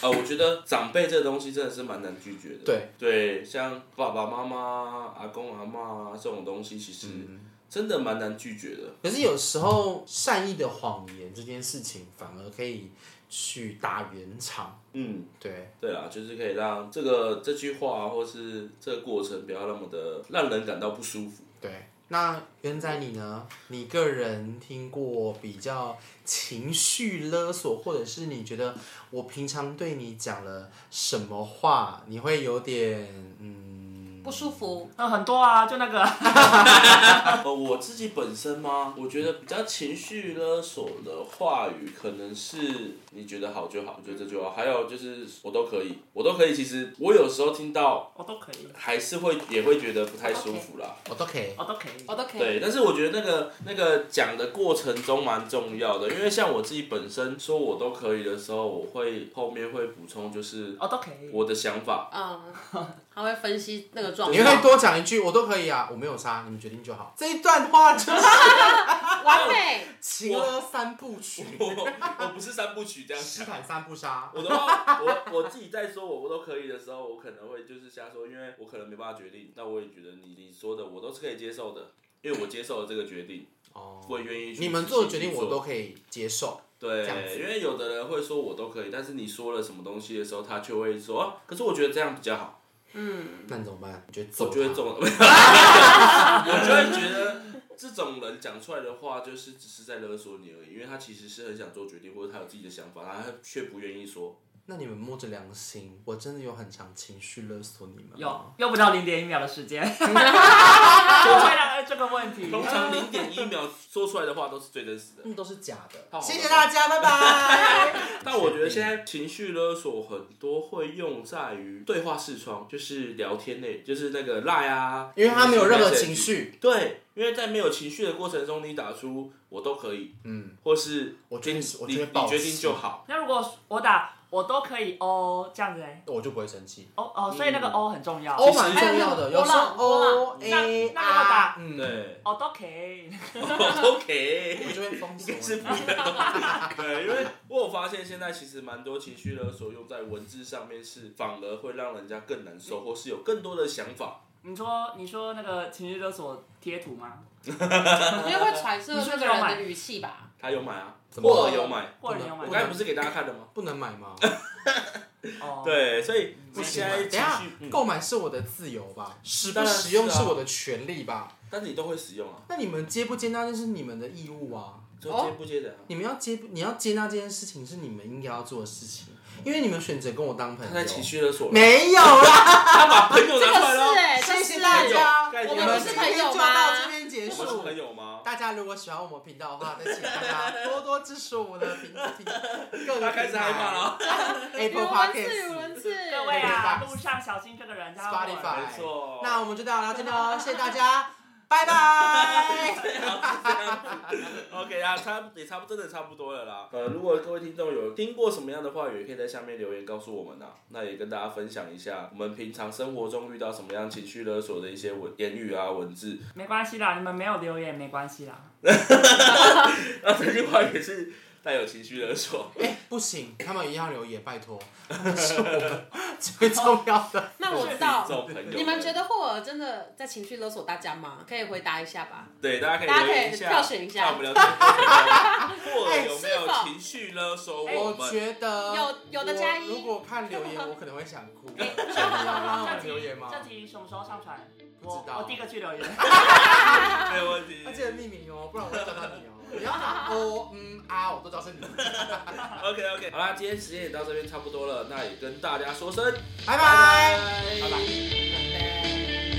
Speaker 2: 呃，我觉得长辈这个东西真的是蛮难拒绝的。
Speaker 1: 对
Speaker 2: 对，像爸爸妈妈、阿公阿妈这种东西，其实真的蛮难拒绝的。
Speaker 1: 可是有时候善意的谎言这件事情，反而可以去打圆场。
Speaker 2: 嗯，
Speaker 1: 对，
Speaker 2: 对啦，就是可以让这个这句话啊或是这个过程不要那么的让人感到不舒服。
Speaker 1: 对。那元仔你呢？你个人听过比较情绪勒索，或者是你觉得我平常对你讲了什么话，你会有点嗯
Speaker 3: 不舒服，
Speaker 4: 嗯，很多啊，就那个
Speaker 2: 呃，我自己本身吗？我觉得比较情绪勒索的话语，可能是你觉得好就好，就这句话。还有就是我都可以，我都可以。其实我有时候听到
Speaker 4: 我都可以，
Speaker 2: 还是会也会觉得不太舒服啦。
Speaker 1: 我都可以。
Speaker 4: 我都可以
Speaker 3: 我。都可以。
Speaker 2: 对，但是我觉得那个那个讲的过程中蛮重要的，因为像我自己本身说我都可以的时候，我会后面会补充就是哦
Speaker 4: 我都可以，
Speaker 2: 我的想法。
Speaker 3: 嗯，他会分析那个状
Speaker 1: 你可以
Speaker 3: 况，
Speaker 1: 多讲一句，我都可以啊，我没有杀，你们决定就好。这一段话就是
Speaker 3: 完美。
Speaker 1: 情歌三部 曲，
Speaker 2: 我我不是三部曲这样
Speaker 1: 失
Speaker 2: 想。
Speaker 1: 坦三不杀。
Speaker 2: 我的话，我我自己在说我都可以的时候，我可能会就是瞎说，因为我可能没办法决定。那我也觉得你你说的我都是可以接受的，因为我接受了这个决定，
Speaker 1: 哦
Speaker 2: 我也愿意去。
Speaker 1: 你们做的决定我都可以接受。
Speaker 2: 对
Speaker 1: 这样子，
Speaker 2: 因为有的人会说我都可以，但是你说了什么东西的时候，他却会说、啊，可是我觉得这样比较好，
Speaker 3: 嗯，
Speaker 1: 那你怎么办？你觉得
Speaker 2: 我
Speaker 1: 走？
Speaker 2: 就会
Speaker 1: 走。
Speaker 2: 中了。我 就会觉得这种人讲出来的话，就是只是在勒索你而已，因为他其实是很想做决定，或者他有自己的想法，但他却不愿意说。
Speaker 1: 那你们摸着良心，我真的有很常情绪勒索你们吗。
Speaker 4: 有用不到零点一秒的时间，就为了这个问 题。
Speaker 2: 通常零点一秒说出来的话都是最真实的。
Speaker 1: 他们都是假
Speaker 2: 好
Speaker 1: 的。
Speaker 2: 好
Speaker 1: 谢谢大家，拜拜。
Speaker 2: 但我觉得现在情绪勒索很多会用在于对话视窗，就是聊天内，就是那个赖啊，
Speaker 1: 因为他没有任何情
Speaker 2: message。
Speaker 1: 绪，
Speaker 2: 对，因为在没有情绪的过程中，你打出“我都可以”，
Speaker 1: 嗯，
Speaker 2: 或是
Speaker 1: 我决定
Speaker 2: 你
Speaker 1: 我
Speaker 2: 你
Speaker 1: 决定报
Speaker 2: 你决定
Speaker 1: 喜
Speaker 2: 就好。
Speaker 4: 那如果我打我都可以哦，这样子哎，
Speaker 1: 我就不会生气。
Speaker 4: 哦哦，所以那个哦很重要。
Speaker 1: O
Speaker 2: 实
Speaker 1: 蛮重要的，有时候哦
Speaker 3: 我啦
Speaker 1: O
Speaker 3: 我啦
Speaker 1: A
Speaker 4: 那那我打
Speaker 1: R，嗯，，
Speaker 2: 对
Speaker 4: 哦都可以，
Speaker 2: ，OK
Speaker 1: 我。就会封锁
Speaker 2: 是
Speaker 1: 你。
Speaker 2: 不一样的对，因为我有发现现在其实蛮多情绪勒索用在文字上面，是反而会让人家更难
Speaker 1: 嗯
Speaker 2: 受，或是有更多的想法。
Speaker 4: 你说你说那个情绪勒索贴图吗？
Speaker 3: 我觉得会揣测那个人的语气吧。
Speaker 2: 他有买啊，
Speaker 1: 怎么
Speaker 2: 我
Speaker 1: 了
Speaker 2: 有买，
Speaker 4: 或者你有买
Speaker 2: 我
Speaker 1: 不
Speaker 2: 刚才
Speaker 1: 能
Speaker 2: 不是给大家看的吗？
Speaker 1: 不能买吗？
Speaker 4: 哦，，
Speaker 2: 对，所以
Speaker 1: 不
Speaker 2: 你
Speaker 1: 行
Speaker 2: 现
Speaker 1: 吗，
Speaker 2: 在
Speaker 1: 等一
Speaker 2: 情
Speaker 1: 下
Speaker 2: 绪，嗯
Speaker 1: 购买是我的自由吧，使不
Speaker 2: 当然
Speaker 1: 使用
Speaker 2: 是啊
Speaker 1: 是我的权利吧。
Speaker 2: 但是你都会使用啊，
Speaker 1: 那你们接不接纳就是你们的义务啊，
Speaker 2: 就
Speaker 3: 哦
Speaker 2: 接不接的啊？
Speaker 1: 你们要接你要接纳这件事情是你们应该要做的事情，因为你们选择跟我当朋
Speaker 2: 他在情
Speaker 1: 友。
Speaker 2: 绪勒索，
Speaker 1: 没有啦，
Speaker 2: 他把朋友
Speaker 3: 这
Speaker 2: 拿出来
Speaker 3: 个是
Speaker 2: 了，
Speaker 3: 哎，
Speaker 1: 谢
Speaker 3: 这
Speaker 1: 谢
Speaker 3: 是
Speaker 1: 大家，
Speaker 2: 干
Speaker 1: 我
Speaker 3: 我
Speaker 2: 你妈
Speaker 1: 们
Speaker 3: 们
Speaker 2: 的
Speaker 3: 是
Speaker 1: 今
Speaker 3: 朋
Speaker 1: 天
Speaker 3: 友
Speaker 1: 就到
Speaker 3: 吗
Speaker 1: 这？边结
Speaker 2: 我们是
Speaker 1: 束。
Speaker 2: 朋友吗？
Speaker 1: 大家如果喜欢我们频道的话，再请大家多多支持我们的频道。 各个
Speaker 2: 他开始害怕了。
Speaker 3: 语
Speaker 1: Apple
Speaker 3: 文字，语
Speaker 1: Podcast。
Speaker 3: 文字，
Speaker 4: 各位啊，路上小心这个人，他会
Speaker 1: Spotify
Speaker 2: 没错，
Speaker 1: 那我们就到这边喽，谢谢大家，拜拜。
Speaker 2: OK 啊，差也差不真的差不多了啦。呃，如果各位听众有听过什么样的话语，也可以在下面留言告诉我们啊。那也跟大家分享一下，我们平常生活中遇到什么样情绪勒索的一些文言语啊、文字。
Speaker 4: 没关系啦，你们没有留言没关系啦。
Speaker 2: 那这句话也是带有情绪勒索。
Speaker 1: 哎、不行，他们一定要留言，拜托，这是我们最重要 的。
Speaker 3: 那我知
Speaker 2: 这
Speaker 3: 道。
Speaker 2: 种朋友，
Speaker 3: 你们觉得霍尔真的在情绪勒索大家吗？可以回答一下吧。
Speaker 2: 对，大家可以
Speaker 3: 大家
Speaker 2: 留言一下，
Speaker 3: 可以票选一下
Speaker 2: 让我们了解 或者有没
Speaker 3: 是
Speaker 2: 有
Speaker 3: 否
Speaker 2: 情绪勒索我
Speaker 1: 我
Speaker 2: 们。
Speaker 1: 觉得
Speaker 3: 有有的加一
Speaker 1: 我如果看留言，我可能会想哭。所以你要让我
Speaker 4: 这
Speaker 1: 们
Speaker 4: 集
Speaker 1: 留言吗
Speaker 4: 这？集什么时候上传？
Speaker 1: 不
Speaker 4: 我
Speaker 1: 知道
Speaker 4: 我第一个去留言。
Speaker 2: 没有问题
Speaker 1: 要。记得匿名哦，不然我会找到你哦。你要打 O 嗯啊，我都知道是你们。
Speaker 2: OK OK，好啦，今天时间也到这边差不多了，那也跟大家说声
Speaker 1: 拜拜。
Speaker 2: 拜拜
Speaker 3: 拜拜